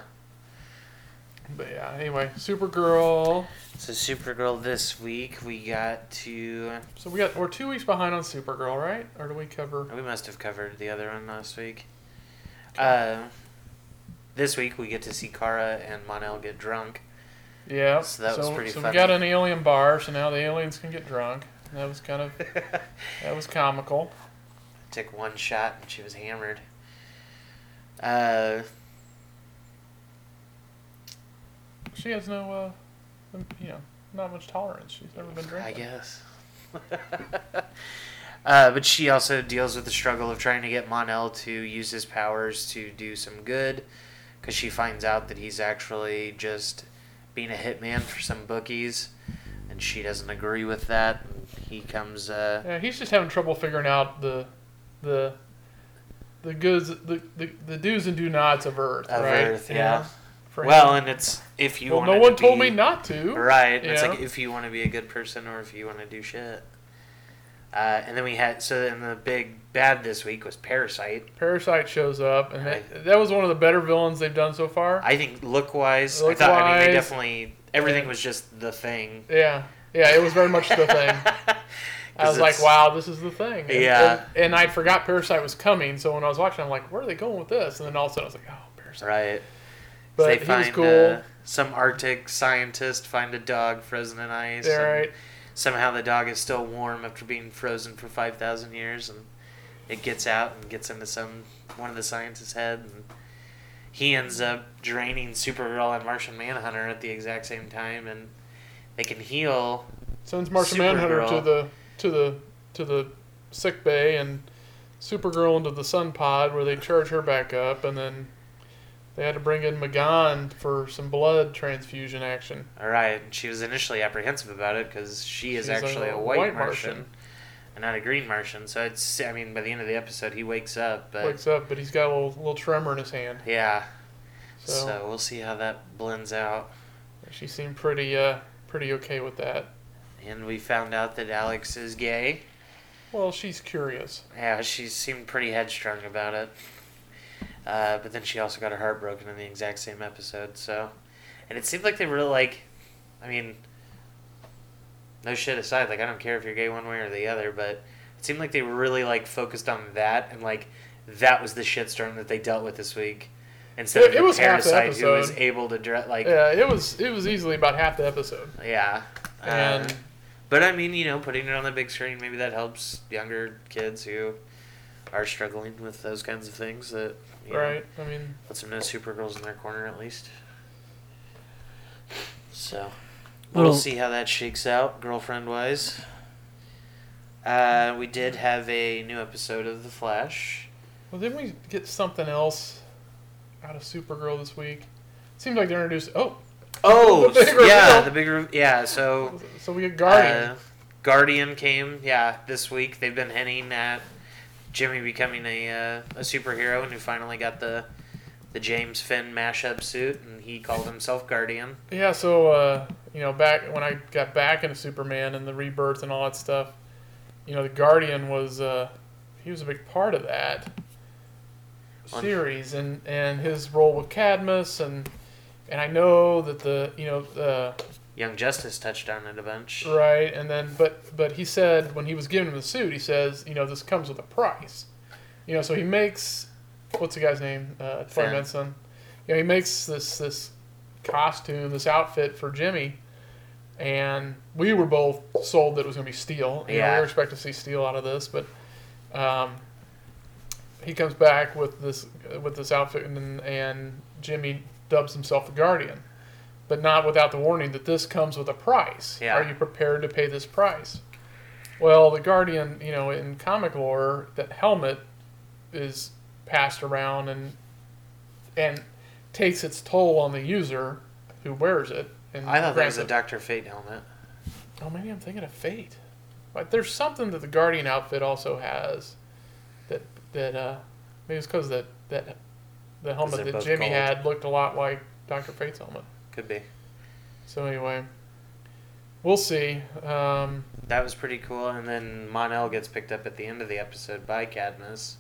But yeah, anyway, Supergirl.
So Supergirl this week we got to
So we got we're two weeks behind on Supergirl, right? Or do we cover?
We must have covered the other one last week. Uh, this week we get to see Kara and Monel get drunk.
Yeah.
So that was pretty
so
funny.
we got an alien bar, so now the aliens can get drunk. That was kind of that was comical.
Took one shot and she was hammered. Uh,
She has no, uh, you know, not much tolerance. She's never been
I
drinking.
guess. uh, but she also deals with the struggle of trying to get Monel to use his powers to do some good, because she finds out that he's actually just being a hitman for some bookies, and she doesn't agree with that. And he comes. Uh,
Yeah, he's just having trouble figuring out the, the, the goods, the the, the do's and do nots of Earth,
Of
right?
Earth,
You
yeah.
know, for
Well,
him.
and it's if you
well,
want.
no
it
one
to
told
be-
me not to.
Right, and it's
Yeah.
like if you want to be a good person or if you want to do shit. Uh, and then we had so then the big bad this week was Parasite.
Parasite shows up, and
Right.
that, that was one of the better villains they've done so far.
I think look wise, I thought I mean they
Look-wise,
definitely everything
yeah.
was just the thing.
yeah, yeah, it was very much the thing. I
'Cause
was like,
it's-
wow, this is the thing. And-
Yeah.
And, and I forgot Parasite was coming, so when I was watching, I'm like, where are they going with this? And then all of a sudden, I was like, oh, Parasite.
Right.
But
they
he
find
was cool.
uh, some Arctic scientist find a dog frozen in ice.
Yeah,
and
right.
Somehow the dog is still warm after being frozen for five thousand years, and it gets out and gets into some one of the scientists' head, and he ends up draining Supergirl and Martian Manhunter at the exact same time, and they can heal.
Sends Martian Manhunter to
Supergirl.
the to the to the sick bay and Supergirl into the sun pod where they charge her back up, and then they had to bring in Magan for some blood transfusion action.
All right, and she was initially apprehensive about it because she is
She's
actually
a
a white,
white
Martian.
Martian.
and not a green Martian. So it's I mean by the end of the episode he wakes up, but
wakes up, but he's got a little, little tremor in his hand.
yeah.
So,
So. we'll see how that blends out.
she seemed pretty uh, pretty okay with that.
And we found out that Alex is gay.
Well, she's curious.
Yeah, she seemed pretty headstrong about it. Uh, but then she also got her heart broken in the exact same episode. So, and it seemed like they were like, I mean, no shit aside, like I don't care if you're gay one way or the other, but it seemed like they were really like focused on that and like that was the shitstorm that they dealt with this week. Instead
It-
of
it
the
was half the
parasite who was
episode.
able to direct, like, yeah.
Yeah, it was it was easily about half the episode.
Uh,
And
but I mean, you know, putting it on the big screen, maybe that helps younger kids who are struggling with those kinds of things. That you know,
right, I mean,
lets them know Supergirl's in their corner at least. So we'll
Little-
see how that shakes out, girlfriend wise. Uh, we did have a new episode of The Flash.
well, didn't we get something else out of Supergirl this week? Seems like they introduced. Oh,
Oh,
The big
yeah,
reveal.
the big re- yeah. So
so we get Guardian.
Uh, Guardian came, yeah, this week. They've been hinting at Jimmy becoming a uh, a superhero, and who finally got the the James Finn mashup suit, and he called himself Guardian.
Yeah, so uh, you know, back when I got back into Superman and the rebirth and all that stuff, you know, the Guardian was uh, he was a big part of that
On-
series, and and his role with Cadmus, and and I know that the you know the
Young Justice touched on it a bunch.
right, and then but but he said when he was giving him the suit, he says you know this comes with a price, you know, so he makes what's the guy's name uh, Troy
Finn.
Benson, you know, he makes this this costume, this outfit for Jimmy, and we were both sold that it was going to be steel. You know,
Yeah.
we were expecting to see steel out of this, but um, he comes back with this with this outfit, and and Jimmy dubs himself the Guardian, but not without the warning that this comes with a price.
Yeah.
Are you prepared to pay this price? Well, the Guardian, you know, in comic lore, that helmet is passed around and and takes its toll on the user who wears it. And
I thought that was
grants
a
it-
Doctor Fate helmet.
Oh, maybe I'm thinking of Fate. But there's something that the Guardian outfit also has that that uh maybe it's because that that the helmet
they're
that
both
Jimmy
gold.
had looked a lot like Doctor Fate's helmet.
Could be.
So anyway, we'll see. Um,
That was pretty cool. And then Monel gets picked up at the end of the episode by Cadmus.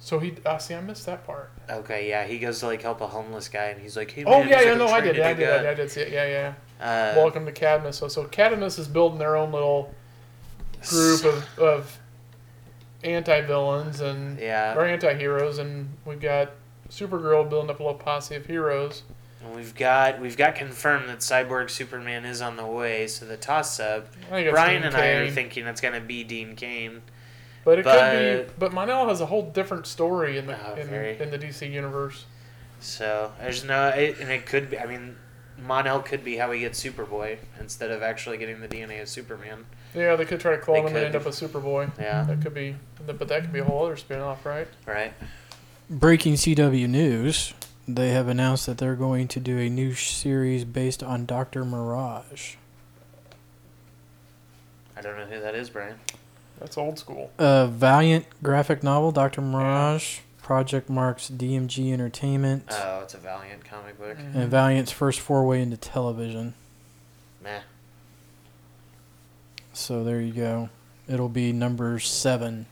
so he uh, see I missed that part.
Okay, yeah, he goes to like help a homeless guy, and he's like, "Hey,
oh
man,
yeah,
he's
yeah,
like,
no,
I'm
I
trying
did,
to
I
do
did,
good."
I did see it. Yeah, yeah.
Uh,
Welcome to Cadmus. So, so Cadmus is building their own little group of, of anti villains and
Yeah.
or anti heroes, and we've got Supergirl building up a little posse of heroes.
And we've got we've got confirmed that Cyborg Superman is on the way. So the toss up,
I think it's
Brian
Dean
and I are
Cain,
thinking it's gonna be Dean Kane.
but it could be. But
but-
Monel has a whole different story in the
Oh,
in,
very.
in the DC universe.
So there's no, it, and it could be. I mean, Monel could be how we get Superboy instead of actually getting the DNA of Superman.
Yeah, they could try to clone
They
him and end
could.
up with Superboy.
Yeah.
That could be, but that could be a whole other spin off, right?
Right.
Breaking CW news: They have announced that they're going to do a new series based on Doctor Mirage.
I don't know who that is, Brian.
That's old school.
A Valiant graphic novel, Doctor Mirage. Project marks DMG Entertainment
Oh, it's a Valiant comic book.
Mm. Mm-hmm.
and Valiant's first foray into television.
Meh.
So there you go. It'll be number seven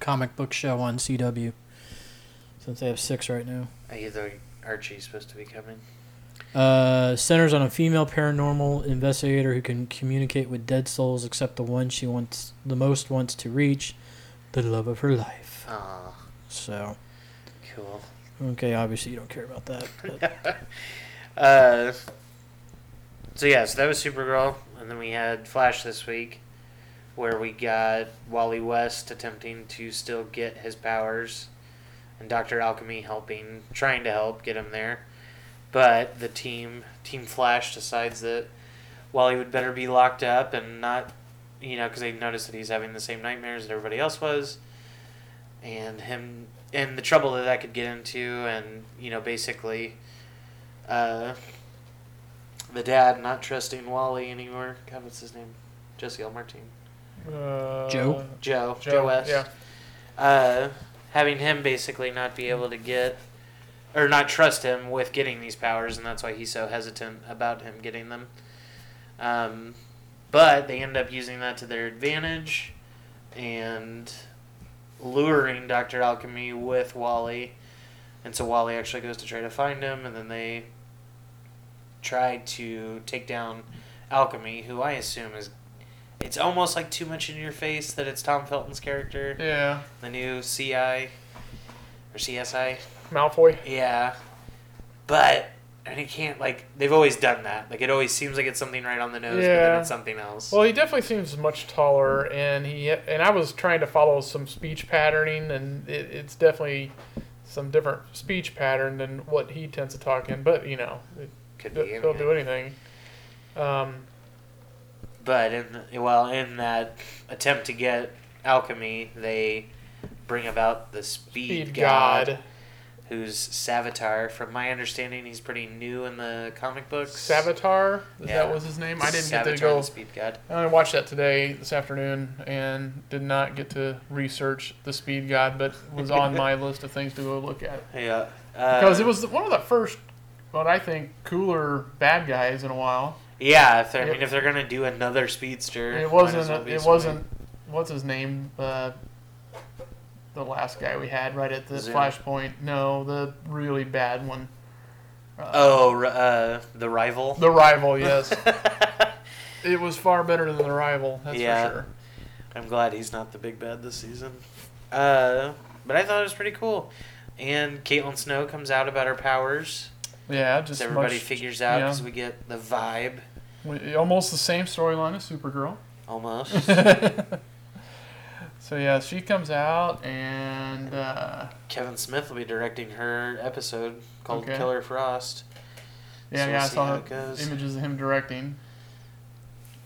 comic book show on CW. Since they have six right now.
I hear the Archie's supposed to be coming.
Uh, centers on a female paranormal investigator who can communicate with dead souls except the one she wants the most wants to reach, the love of her life.
Ah,
So
cool.
okay, obviously you don't care about that. But
Uh, so yeah, so that was Supergirl, and then we had Flash this week, where we got Wally West attempting to still get his powers, and Doctor Alchemy helping, trying to help get him there, but the team Team Flash decides that Wally would better be locked up and not, you know, because they noticed that he's having the same nightmares that everybody else was, and him and the trouble that that could get into, and you know, basically uh, the dad not trusting Wally anymore. God, what's his name? Jesse L. Martin.
Joe?
Uh,
Joe, Joe,
Joe
West.
Yeah.
Uh, having him basically not be able to get, or not trust him with getting these powers, and that's why he's so hesitant about him getting them. Um, but they end up using that to their advantage, and luring Doctor Alchemy with Wally, and so Wally actually goes to try to find him, and then they try to take down Alchemy, who I assume is. It's almost like too much in your face that it's Tom Felton's character
Yeah.
the new CI or CSI.
Malfoy.
Yeah, but and it can't like they've always done that. Like it always seems like it's something right on the nose, but
Yeah.
then it's something else.
Well, he definitely seems much taller, and he and I was trying to follow some speech patterning, and it, it's definitely some different speech pattern than what he tends to talk in. But you know, it,
Could be
he'll
anything.
do anything. Um,
But in the- well, in that attempt to get alchemy, they bring about the speed,
Speed
god,
God,
who's Savitar. From my understanding, he's pretty new in the comic books.
Savitar.
Yeah.
That was his name. I didn't
Savitar,
get to
the
go.
speed god.
I watched that today this afternoon, and did not get to research the Speed God, but was on my list of things to go look at.
Yeah, uh,
because it was one of the first, what I think, cooler bad guys in a while.
Yeah, if they're, I
It-
mean, if they're gonna do another speedster,
It
might as
wasn't.
well be
it
somebody-
wasn't. What's his name? Uh, the last guy we had right at the
Zoom.
flashpoint. No, the really bad one.
Oh, r- uh, the rival.
The rival. Yes, it was far better than the rival. That's
Yeah.
for sure.
I'm glad he's not the big bad this season. Uh, but I thought it was pretty cool. And Caitlin Snow comes out about her powers.
Yeah, just
So everybody
much-
figures out
yeah.
because we get the vibe
we- almost the same storyline as Supergirl.
almost.
so yeah, she comes out and uh,
Kevin Smith will be directing her episode called
Okay.
Killer Frost.
Yeah,
So
yeah, I
we'll see how
saw
it goes.
images of him directing.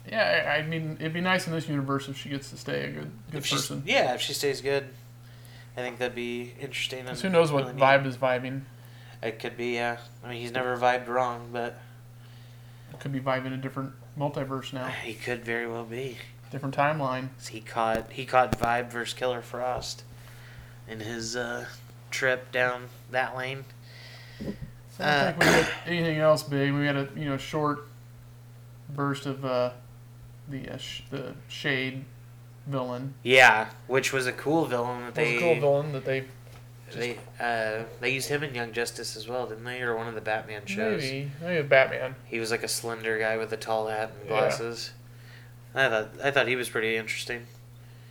Yeah, I, I mean, it'd be nice in this universe if she gets to stay a good, good
if she's,
person.
yeah, if she stays good, I think that'd be interesting. and
'Cause who knows what
really neat.
vibe is vibing?
It could be. Yeah, I mean he's never vibed wrong, but
It could be vibing a different multiverse now,
he could very well be.
different timeline.
He caught he caught Vibe versus Killer Frost in his uh, trip down that lane.
So I don't
Uh,
think we had anything else big. We had a you know short burst of uh, the uh, sh- the shade villain.
Yeah, which was a cool villain
It
that
was
they
a cool villain that they
they uh, they used him in Young Justice as well, didn't they? Or one of the Batman shows.
maybe maybe a Batman.
He was like a slender guy with a tall hat and
Yeah.
glasses. I thought I thought he was pretty interesting.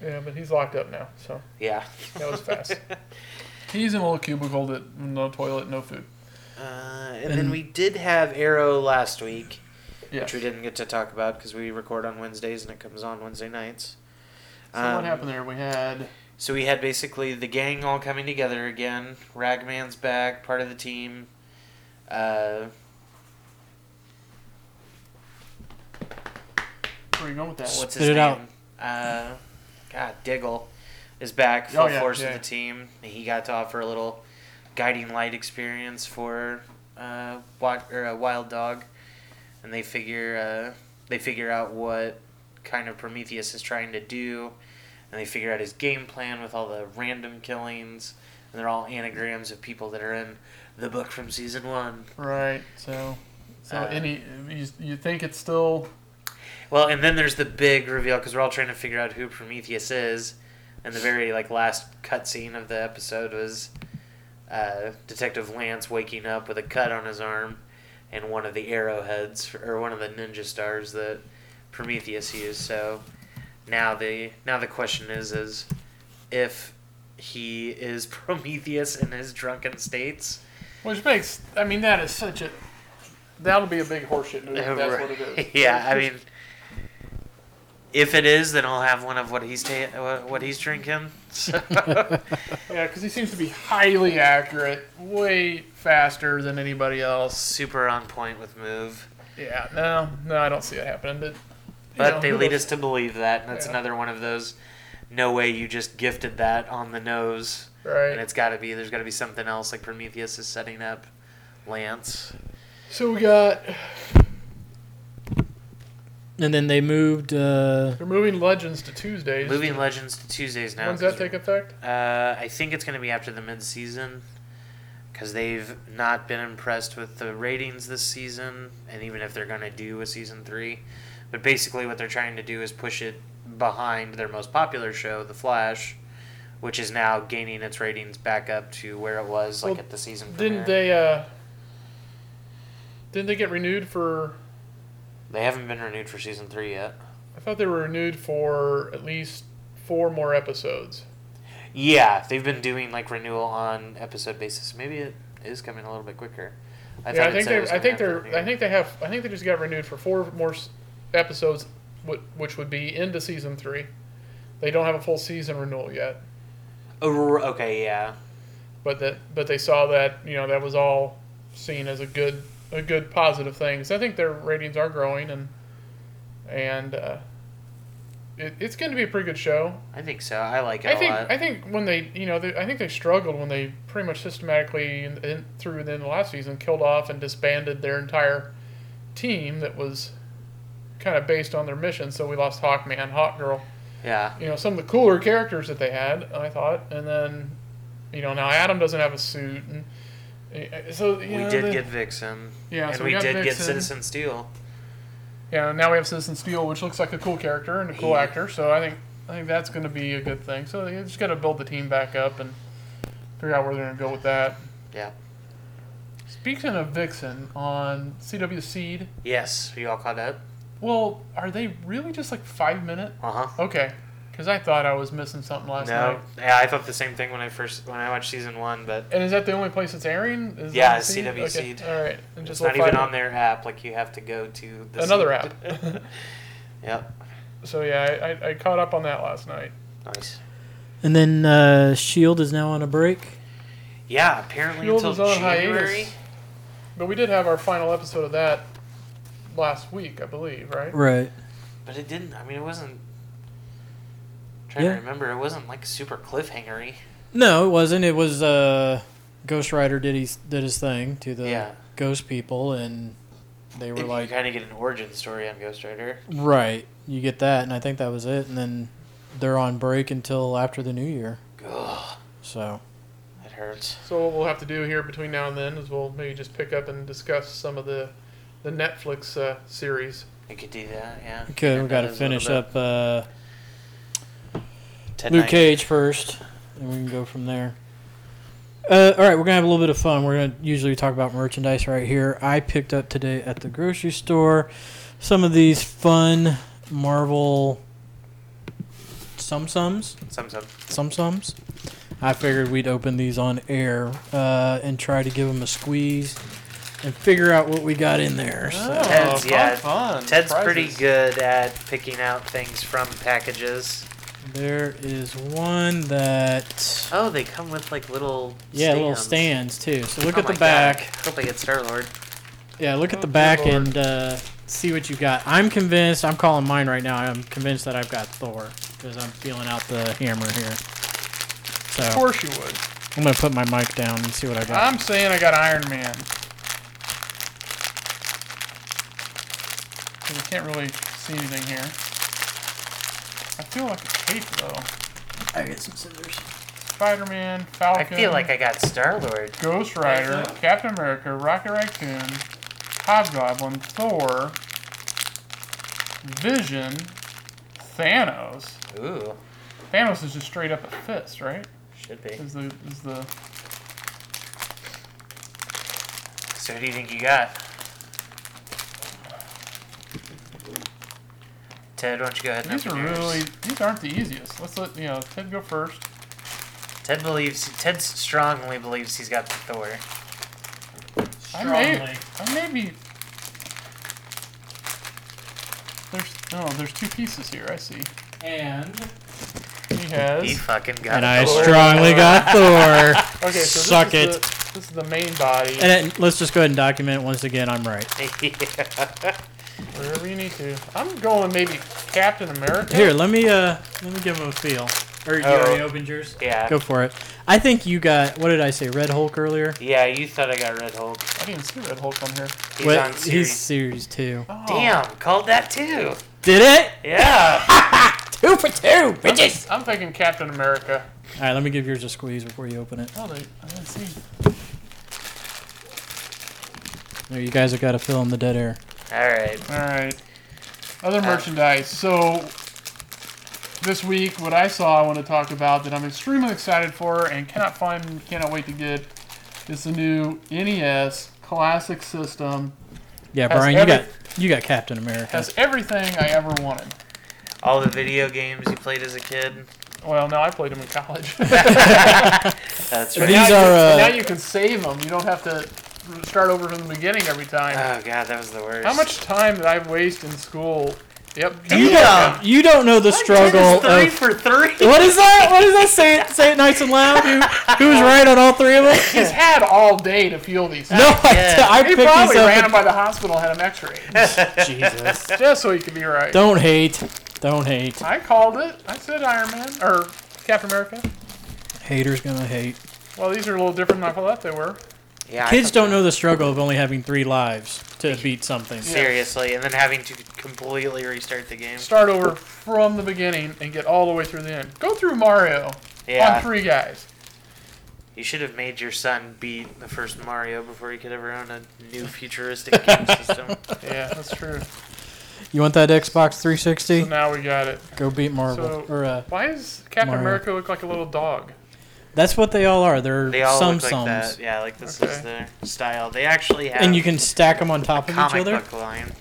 Yeah, but he's locked up now, so
Yeah.
that was fast. he's in a little cubicle that no toilet, no food.
Uh, and then we did have Arrow last week.
Yeah.
which we didn't get to talk about because we record on Wednesdays and it comes on Wednesday nights.
So
Um,
what happened there? We had
So we had basically the gang all coming together again. Ragman's back, part of the team. Uh,
where are you going with that?
what's
Spit
his
it
name?
out.
Uh, God, Diggle is back,
Oh,
full
yeah,
force
yeah.
of the team. He got to offer a little guiding light experience for uh, wa- or a wild dog, and they figure uh, they figure out what kind of Prometheus is trying to do, and they figure out his game plan with all the random killings, and they're all anagrams of people that are in the book from season one.
Right. So, so
Uh,
any you, you think it's still
Well, and then there's the big reveal because we're all trying to figure out who Prometheus is, and the very like last cutscene of the episode was uh, Detective Lance waking up with a cut on his arm, and one of the arrowheads or one of the ninja stars that Prometheus used. So now the now the question is is if he is Prometheus in his drunken states.
which makes I mean that is such a that'll be a big horseshit movie. if That's what it is.
yeah, I mean, if it is, then I'll have one of what he's ta- what- what he's drinking. So,
Yeah, because he seems to be highly accurate, way faster than anybody else.
super on point with move,
Yeah. No, no, I don't see it happening. But you
but
know,
they
who
lead
knows?
us to believe that, and that's
Yeah.
another one of those. No way, you just gifted that on the nose, and
right.
it's got to be. There's got to be something else, like Prometheus is setting up Lance.
So we got
And then they moved. Uh,
They're moving Legends to Tuesdays.
Moving Legends to Tuesdays now.
When's
'cause
that take effect?
Uh, I think it's going to be after the mid-season because they've not been impressed with the ratings this season, and even if they're going to do a season three, but basically what they're trying to do is push it behind their most popular show, The Flash, which is now gaining its ratings back up to where it was like
Well,
at the season.
Didn't
premiere.
they? uh Didn't they get renewed for?
They haven't been renewed for season three yet.
I thought they were renewed for at least four more episodes.
Yeah, they've been doing like renewal on episode basis. Maybe it is coming a little bit quicker.
yeah,
thought
I
it
think
said it
they.
was
I
coming
think
after
they're.
the
I
premiere.
think they have. I think they just got renewed for four more s- episodes, whi- which would be into season three. They don't have a full season renewal yet,
Oh, okay, yeah.
but that. But they saw that you know that was all seen as a good a good positive thing. So I think their ratings are growing and and uh, it, it's going to be a pretty good show.
I think so. I like it
I
a
think
lot.
I think when they you know they, I think they struggled when they pretty much systematically in, in, through the end of last season killed off and disbanded their entire team that was kind of based on their mission. So we lost Hawkman, Hawk Girl,
yeah.
you know some of the cooler characters that they had. I thought, and then you know now Adam doesn't have a suit, and eh, so you
we
know,
did
the-
get Vixen.
yeah,
and
so
we,
got
did get
Vixen.
Citizen Steel.
Yeah, now we have Citizen Steel, which looks like a cool character and a cool
Yeah.
actor. So I think I think that's going to be a good thing. So you just got to build the team back up and figure out where they're going to go with that.
Yeah.
Speaking of Vixen on CW Seed,
Yes, you all caught up?
well, are they really just like five minute?
Uh huh.
Okay, because I thought I was missing something last
No.
night.
Yeah, I thought the same thing when I first when I watched season one, but
And is that the only place it's airing? Is
Yeah,
on
it's CW Seed.
All right, and
it's
just
not
little
even
five-
on their app. Like you have to go to the
another
seat.
app.
Yep.
so yeah, I, I, I caught up on that last night.
Nice.
and then uh, Shield is now on a break.
Yeah. Apparently
Shield
until
is on
January.
hiatus. But we did have our final episode of that last week, I believe, right?
Right.
But it didn't. I mean, it wasn't. Trying
Yeah.
to remember, it wasn't like super cliffhangery.
No, it wasn't. It was uh, Ghost Rider did his did his thing to the
Yeah.
ghost people, and they were
you
like,
kind of get an origin story on Ghost Rider.
right, you get that, and I think that was it. And then they're on break until after the new year.
Ugh,
So
that hurts.
So what we'll have to do here between now and then is we'll maybe just pick up and discuss some of the the Netflix uh, series.
We could do that, yeah.
okay,
Yeah,
we got to
that is a little
finish
bit.
up uh,
Ted
Luke
Knight.
Cage first, and we can go from there. Uh, all right, we're gonna have a little bit of fun. We're gonna usually talk about merchandise right here. I picked up today at the grocery store some of these fun Marvel sum sums.
Some some.
some sums. I figured we'd open these on air uh, and try to give them a squeeze and figure out what we got in there. So.
Ted's-
fun,
yeah,
Oh, fun.
Ted's pretty
Prizes.
good at picking out things from packages.
There is one that
Oh, they come with like little
yeah, little
stands.
stands too. So look
Oh
at the
my
back.
God. Hope I get Star Lord.
Yeah, look at the
Oh,
back
good lord.
and uh, see what you got. I'm convinced. I'm calling mine right now. I'm convinced that I've got Thor because I'm feeling out the hammer here.
Of
So
course you would.
I'm gonna put my mic down and see what I got.
I'm saying I got Iron Man. 'Cause I can't really see anything here. I feel like a tape though.
I got some scissors.
Spider Man,
I
Falcon.
feel like I got Star Lord.
Ghost Rider, Captain America, Rocket Raccoon, Hobgoblin, Thor, Vision, Thanos.
Ooh,
Thanos is just straight up a fist, right?
should be.
Is the is the
So, what do you think you got? Ted, why don't you go ahead and
these are
open yours?
really these aren't the easiest. Let's let you know Ted go first.
Ted believes. Ted strongly believes he's got Thor.
I may I may be there's no there's two pieces here. I see.
And
He has
He fucking got
and I
Thor.
strongly got Thor.
okay. So this
Suck
is
it.
The, this is the main body.
And it, let's just go ahead and document once again. I'm right.
Yeah.
Wherever you need to. I'm going maybe Captain America.
Here, let me uh, let me give him a feel. Or you
Oh.
already opened yours.
yeah.
Go for it. I think you got what did I say? Red Hulk earlier.
Yeah, you thought I got Red Hulk.
I didn't see Red Hulk on here.
He's
What-
on series.
He's series two.
Oh.
Damn, called that too.
Did it?
Yeah.
Two for two,
I'm,
bitches.
I'm thinking Captain America.
All right, let me give yours a squeeze before you open it.
Oh, they, I didn't see.
No, you guys have got to fill in the dead air.
All right.
All right. Other
Uh,
merchandise. So this week, what I saw, I want to talk about that I'm extremely excited for and cannot find, cannot wait to get. is the new NES classic system.
Yeah,
Has
Brian, you
every-
got you got Captain America.
Has everything I ever wanted.
All the video games you played as a kid.
Well, now I played them in college.
That's
These
right.
now, you,
are, uh,
now you can save them. You don't have to start over from the beginning every time.
Oh god, that was the worst.
How much time did I waste in school? Yep.
you don't you don't know the struggle
Three
of
for three.
what is that? What is that? Say it, say it nice and loud. Who, who's right on all three of us?
He's had all day to feel these.
No,
Yeah.
I, I
He
picked these
probably
up.
ran him by the hospital and had an X-ray,
at- Jesus.
just so he could be right.
Don't hate. Don't hate.
I called it. I said Iron Man or Captain America.
Haters gonna hate.
Well, these are a little different than I thought they were.
Yeah, I
Kids
thought
don't
that-
know the struggle of only having three lives to beat something.
Seriously, and then having to completely restart the game.
Start over from the beginning and get all the way through the end. Go through Mario on
Yeah,
three guys.
you should have made your son beat the first Mario before he could ever own a new futuristic game system.
Yeah, that's true.
You want that Xbox
So
360?
now we got it.
Go beat Marvel.
So-
or uh,
Why does Captain
Mario.
America look like a little dog?
that's what they all are. They're
They all
some
look like
sums,
that. Yeah, like this
Okay.
is their style. They actually have
and you can stack them on top of each
comic
other.
book line.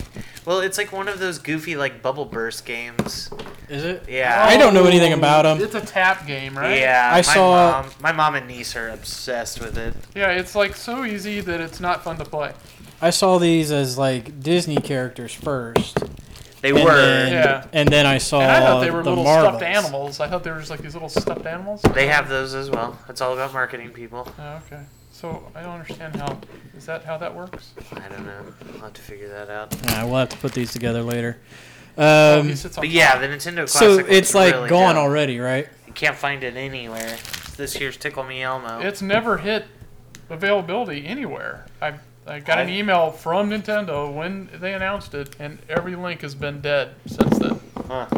Well, it's like one of those goofy like bubble burst games.
Is it?
Yeah.
I don't know anything about 'em.
It's a tap game, right?
Yeah,
Oh, I
my
saw-
mom, my mom and niece are obsessed with it.
Yeah, it's like so easy that it's not fun to play.
I saw these as like Disney characters first.
They
and
were
Then,
Yeah.
And then I saw
And I thought they were
Uh, the
little
Marvels.
stuffed animals. I thought they were just like these little stuffed animals.
They have those as well. It's all about marketing people.
Oh, okay. So I don't understand how. Is that how that works?
Um,
I don't know. I'll have to figure that out.
Yeah, we'll have to put these together later.
Oh,
Um,
he sits on
But
top.
yeah, the Nintendo Classic.
so
was
it's like
really
gone
good.
already, right?
You can't find it anywhere. It's this year's Tickle Me Elmo.
It's never hit availability anywhere. I I got an
I-
email from Nintendo when they announced it, and every link has been dead since then.
Huh.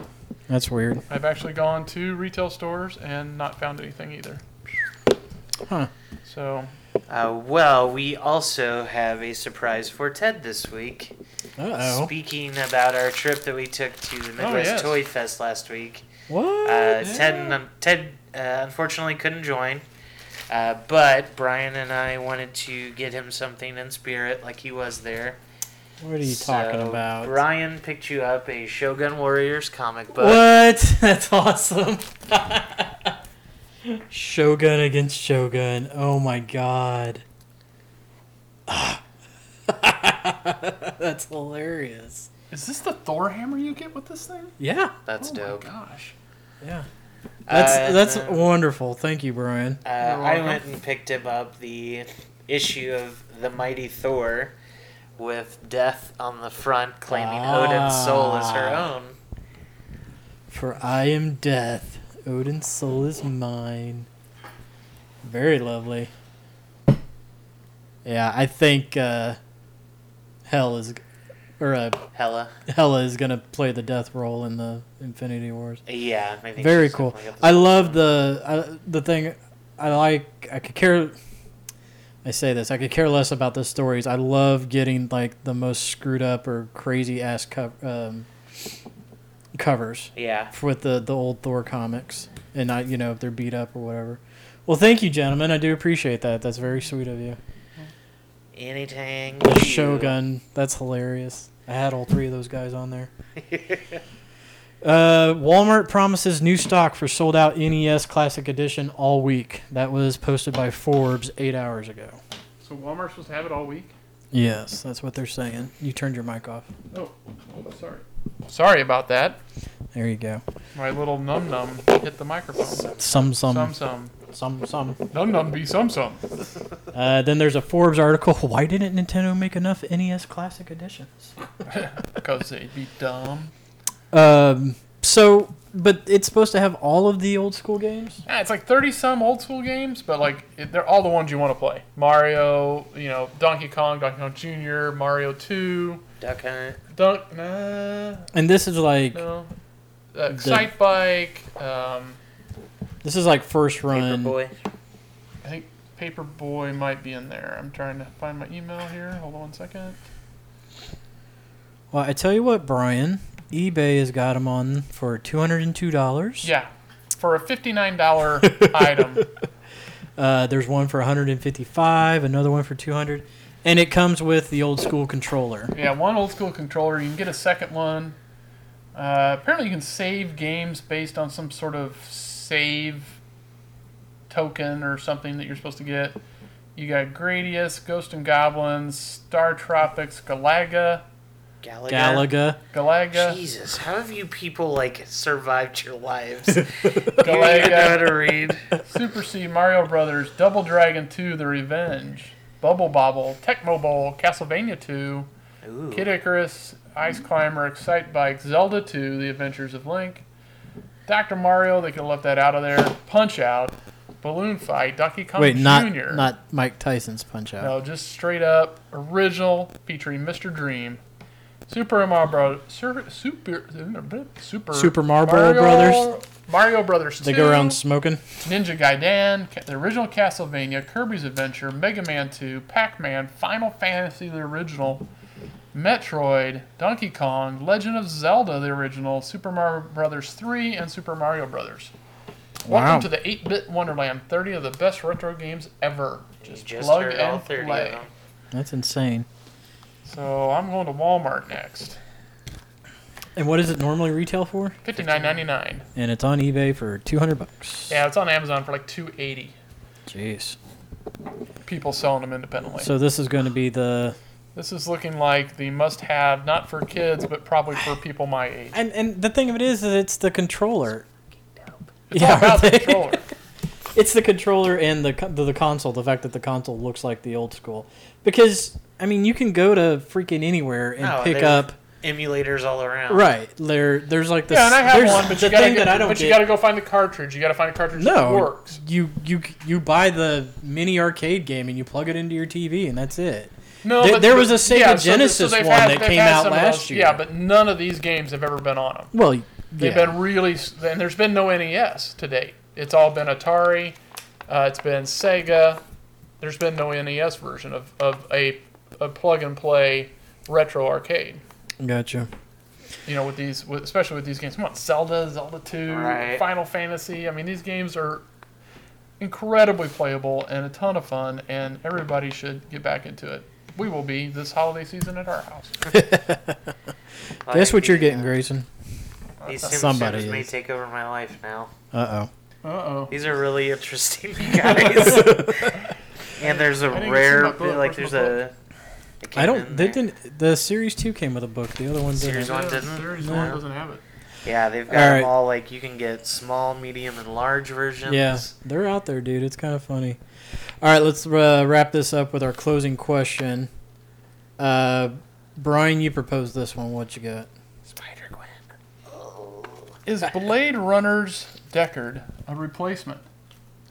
That's weird.
I've actually gone to retail stores and not found anything either.
Huh.
So
Uh, well, we also have a surprise for Ted this week.
Uh oh.
Speaking about our trip that we took to the Midwest
yes.
Toy Fest last week,
What?
uh, Ted um, Ted uh, unfortunately couldn't join, uh, but Brian and I wanted to get him something in spirit, like he was there.
what are you talking
So,
about?
Brian picked you up a Shogun Warriors comic book.
What? That's awesome. Shogun against Shogun. Oh my god. That's hilarious.
is this the Thor hammer you get with this thing?
Yeah.
That's
oh
dope.
My gosh.
Yeah. That's
Uh,
that's
uh,
wonderful. Thank you, Brian.
Uh,
You're
I
welcome.
went and picked him up the issue of The Mighty Thor with Death on the front claiming Odin's soul as her
Ah.
own.
For I am death. Odin's soul is mine. Very lovely. Yeah, I think uh, hell is or uh,
Hella.
Hela is gonna play the death role in the Infinity Wars.
Yeah. I think
Very
she's
cool.
definitely got the
I
soul.
love the I, the thing. I like. I could care. I say this. I could care less about the stories. I love getting like the most screwed up or crazy ass co- um, covers
Yeah.
for- with the the old Thor comics, and not you know if they're beat up or whatever. Well, thank you, gentlemen. I do appreciate that. That's very sweet of you.
Anything.
The
you.
Shogun. That's hilarious. I had all three of those guys on there. Uh, Walmart promises new stock for sold out NES Classic Edition all week. That was posted by Forbes eight hours ago.
So Walmart's supposed to have it all week.
Yes, that's what they're saying. You turned your mic off.
Oh, oh, sorry. Sorry about that.
There you go.
My little num num hit the microphone.
Some,
Some
some,
some.
some, some.
Num num be some some.
Uh, then there's a Forbes article. Why didn't Nintendo make enough NES Classic Editions?
Because they be dumb.
Um, so, but it's supposed to have all of the old school games?
Yeah, Ah, it's like 30 some old school games, but like it, they're all the ones you want to play. Mario, you know, Donkey Kong, Donkey Kong Jr., Mario 2,
Duck Hunt.
Dunk, nah,
And this is like
no. Uh,
The-
Excite Bike, um,
this is like first run.
Paperboy.
I think Paperboy might be in there. I'm trying to find my email here. Hold on one second.
Well, I tell you what, Brian, eBay has got them on for two hundred and two dollars.
Yeah, for a $59 item.
Uh, there's one for 155, another one for 200, and it comes with the old school controller.
Yeah, one old school controller. You can get a second one. Uh, apparently, you can save games based on some sort of save token or something that you're supposed to get. You got Gradius, Ghost and Goblins, Star Tropics, Galaga,
Galaga.
Galaga.
Galaga,
Jesus, how have you people like survived your lives? you don't even know how
Galaga,
to read.
Super C, Mario Brothers, Double Dragon 2, The Revenge, Bubble Bobble, Tecmo Bowl, Castlevania 2,
Ooh.
Kid Icarus, Ice Climber, Excite Bike, Zelda 2, The Adventures of Link, Dr. Mario, they could have left that out of there, Punch Out, Balloon Fight, Ducky Kong
Wait,
Jr.
not not Mike Tyson's Punch Out.
Oh, no, just straight up original featuring Mr. Dream, Super Mario Bros. Super Super Super,
Super Mario Brothers.
Mario Brothers 2,
They go around smoking.
Ninja Gaiden, Ca- the original Castlevania, Kirby's Adventure, Mega Man 2, Pac Man, Final Fantasy the original, Metroid, Donkey Kong, Legend of Zelda the original, Super Mario Brothers 3, and Super Mario Brothers.
Wow.
Welcome to the 8 bit Wonderland 30 of the best retro games ever.
You
Just,
just
plug
heard
and
all 30
play.
of them.
That's insane.
So I'm going to Walmart next.
And what does it normally retail for?
Fifty nine ninety nine.
And it's on eBay for 200 bucks.
Yeah, it's on Amazon for like 280
Jeez.
People selling them independently.
So this is going to be the
This is looking like the must-have, not for kids, but probably for people my age.
and and the thing of it is, is it's the controller.
It's all about the
right?
controller.
it's the controller and the, con- the the console. The fact that the console looks like the old school, because I mean, you can go to freaking anywhere and
No,
pick
they've-
up
Emulators all around.
right there. There's like this.
yeah, and I have
there's
one, but
the
you gotta
thing
get,
that I don't
but you
get-
gotta go find the cartridge. You gotta find a cartridge that
no
works.
You you you buy the mini arcade game and you plug it into your TV and that's it.
No,
There-
but
there was a Sega
yeah, so th-
Genesis
they've
one that
they've
came out
some of
last
those-
year.
Yeah, but none of these games have ever been on them.
Well, yeah.
They've been really, s- and there's been no NES to date. It's all been Atari. Uh, it's been Sega. There's been no NES version of, of a, a plug and play retro arcade.
gotcha.
you know, with these, with, especially with these games. Come on, Zelda, Zelda 2,
Right.
Final Fantasy. I mean, these games are incredibly playable and a ton of fun, and everybody should get back into it. We will be this holiday season at our house.
Like,
That's what you're
these-
getting, Grayson.
These Sims
Somebody
Sims may
is.
take over my life now.
Uh oh.
Uh oh.
These are really interesting guys. and there's a
I didn't get
rare,
to see my book.
like
Where's
there's
my
a. it came
I
in
don't. They
there.
didn't. The series two came with a book. The other one
Series
didn't.
one didn't?
Seriously,
No.
one doesn't have it.
Yeah, they've got
All right.
them all. Like you can get small, medium, and large versions.
Yeah, they're out there, dude. It's kind of funny. All right, let's uh, wrap this up with our closing question. Uh, Brian, you proposed this one. What you got?
Spider Gwen. Oh.
Is Blade Runner's Deckard a replacement,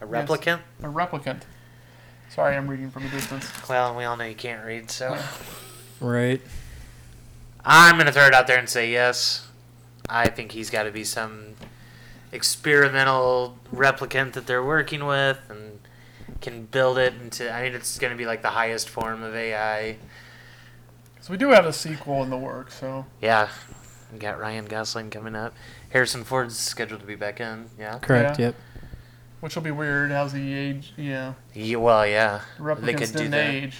A replicant?
a replicant? Sorry, I'm reading from a distance.
Well, we all know you can't read, so.
Right.
I'm going to throw it out there and say yes. I think he's got to be some experimental replicant that they're working with and can build it into. I mean, it's going to be like the highest form of AI.
So we do have a sequel in the works. So
Yeah. We got Ryan Gosling coming up. Harrison Ford's scheduled to be back in. Yeah.
Correct.
Yeah.
Yep.
which will be weird. How's the age? Yeah.
yeah well, yeah.
replicants
They could do
didn't
that.
age.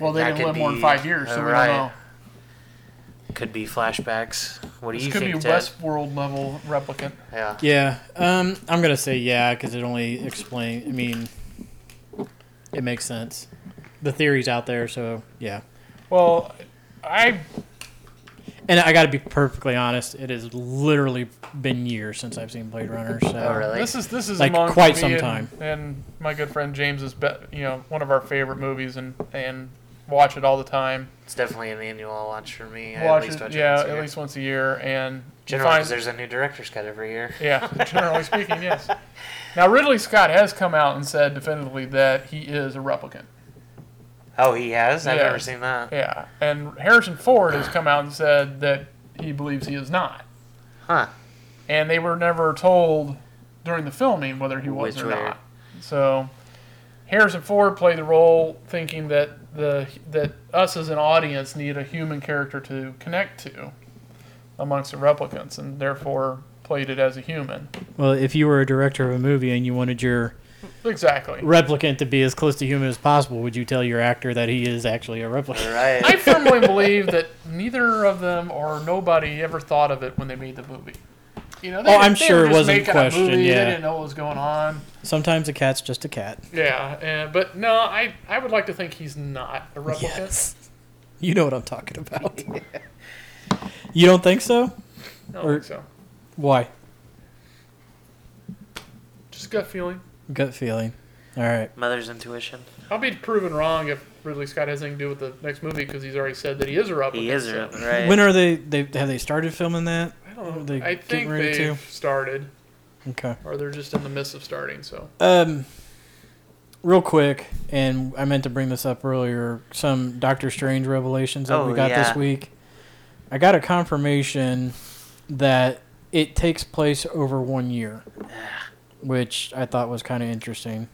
Well, they
That
didn't
could
live more than
be-
five years, so we
right.
don't know.
Could be flashbacks. What do
This
you
could
think,
be
Ted?
Westworld level replicant.
Yeah.
Yeah. Um, I'm gonna say yeah because it only explain. I mean, it makes sense. The theory's out there, so yeah.
Well, I
And I got to be perfectly honest. It has literally been years since I've seen Blade Runner. So
Oh, really?
this is this is
Like,
among
quite
me
some
and-
time.
And, my good friend James is be, you know one of our favorite movies and and watch it all the time.
It's definitely an annual watch for me. I
watch
at least
it,
watch
yeah,
it once a
at
year.
least once a year. And you
Generally, 'cause
find-
there's a new director's cut every year.
yeah, generally speaking, yes. Now Ridley Scott has come out and said definitively that he is a replicant.
Oh, he has. I've
Yeah.
never seen that.
Yeah, and Harrison Ford has come out and said that he believes he is not,
Huh.
and they were never told during the filming whether he was
Which
or
way.
not. So Harrison Ford played the role thinking that the that us as an audience need a human character to connect to amongst the replicants, and therefore played it as a human.
Well, if you were a director of a movie and you wanted your
Exactly.
replicant to be as close to human as possible, would you tell your actor that he is actually a replicant?
All
I
right.
firmly believe that neither of them or nobody ever thought of it when they made the movie. You know,
Oh, I'm
they
sure
were
it
just
wasn't
making a
questioned,
movie,
yeah.
They didn't know what was going on.
Sometimes a cat's just a cat.
Yeah, and, but no, I I would like to think he's not a replicant.
You know what I'm talking about. You don't think so?
I don't
Or-
think so.
Why?
Just gut feeling.
Gut feeling. All right.
Mother's intuition.
I'll be proven wrong if Ridley Scott has anything to do with the next movie because he's already said that he is a replicant.
He is a
so-
replicant, right?
When are they? They have they started filming that?
I don't know.
Are they
I
getting
think
ready
they
to?
have started,
Okay.
or they're just in the midst of starting. So
Um, real quick, and I meant to bring this up earlier. Some Doctor Strange revelations that we
Oh,
got this
yeah.
week. I got a confirmation that it takes place over one year, which I thought was kind of interesting.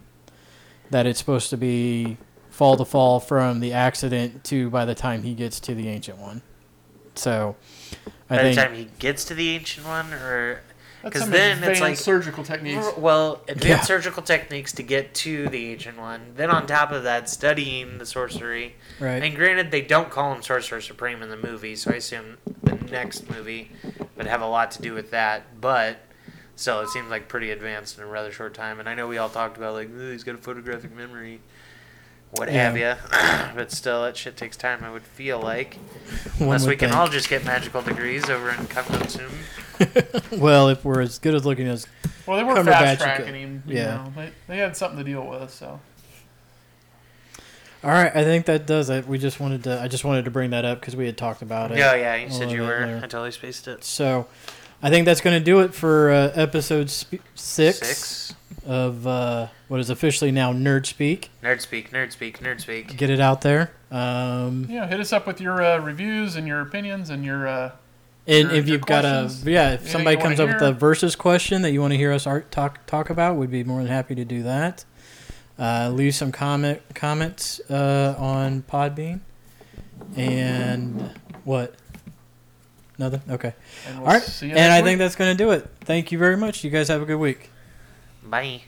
That it's supposed to be fall to fall from the accident to by the time he gets to the ancient one. So, I
By the
think
time he gets to the ancient one, or
that's
'Cause
some
then it's
advanced
like-
surgical techniques.
well, advanced
Yeah.
surgical techniques to get to the ancient one. Then on top of that, studying the sorcery.
right.
And granted, they don't call him Sorcerer Supreme in the movie, so I assume the next movie would have a lot to do with that. But so it seems like pretty advanced in a rather short time. And I know we all talked about like "Ooh, he's got a photographic memory, what have you. but still, that shit takes time. I would feel like
One
unless
would
we can
think.
all just get magical degrees over in Kankotsun.
well, if we're as good as looking as
Well, they were
Cumberbatch
fast
you
tracking
could-
him. You
yeah.
know, they, they had something to deal with. So
All right, I think that does it. We just wanted to. I just wanted to bring that up because we had talked about
Oh
it.
yeah, you
I'll
said
let
you
it
were.
there.
I totally spaced it.
So, I think that's going to do it for uh, episode sp- six, of uh, what is officially now Nerd Speak.
Nerd speak. Nerd speak. Nerd speak.
Get it out there. Um,
yeah, hit us up with your uh, reviews and your opinions and your. Uh,
and
Your-
if
your
you've got a
questions?
yeah, if
Anything
somebody
you wanna
comes up with
hear?
a versus question that you want to hear us art talk talk about, we'd be more than happy to do that. Uh, leave some comment comments uh, on Podbean, and what? Nothing. Okay.
and we'll
All right.
see you
And I
next week.
think that's going to do it. Thank you very much. You guys have a good week.
Bye.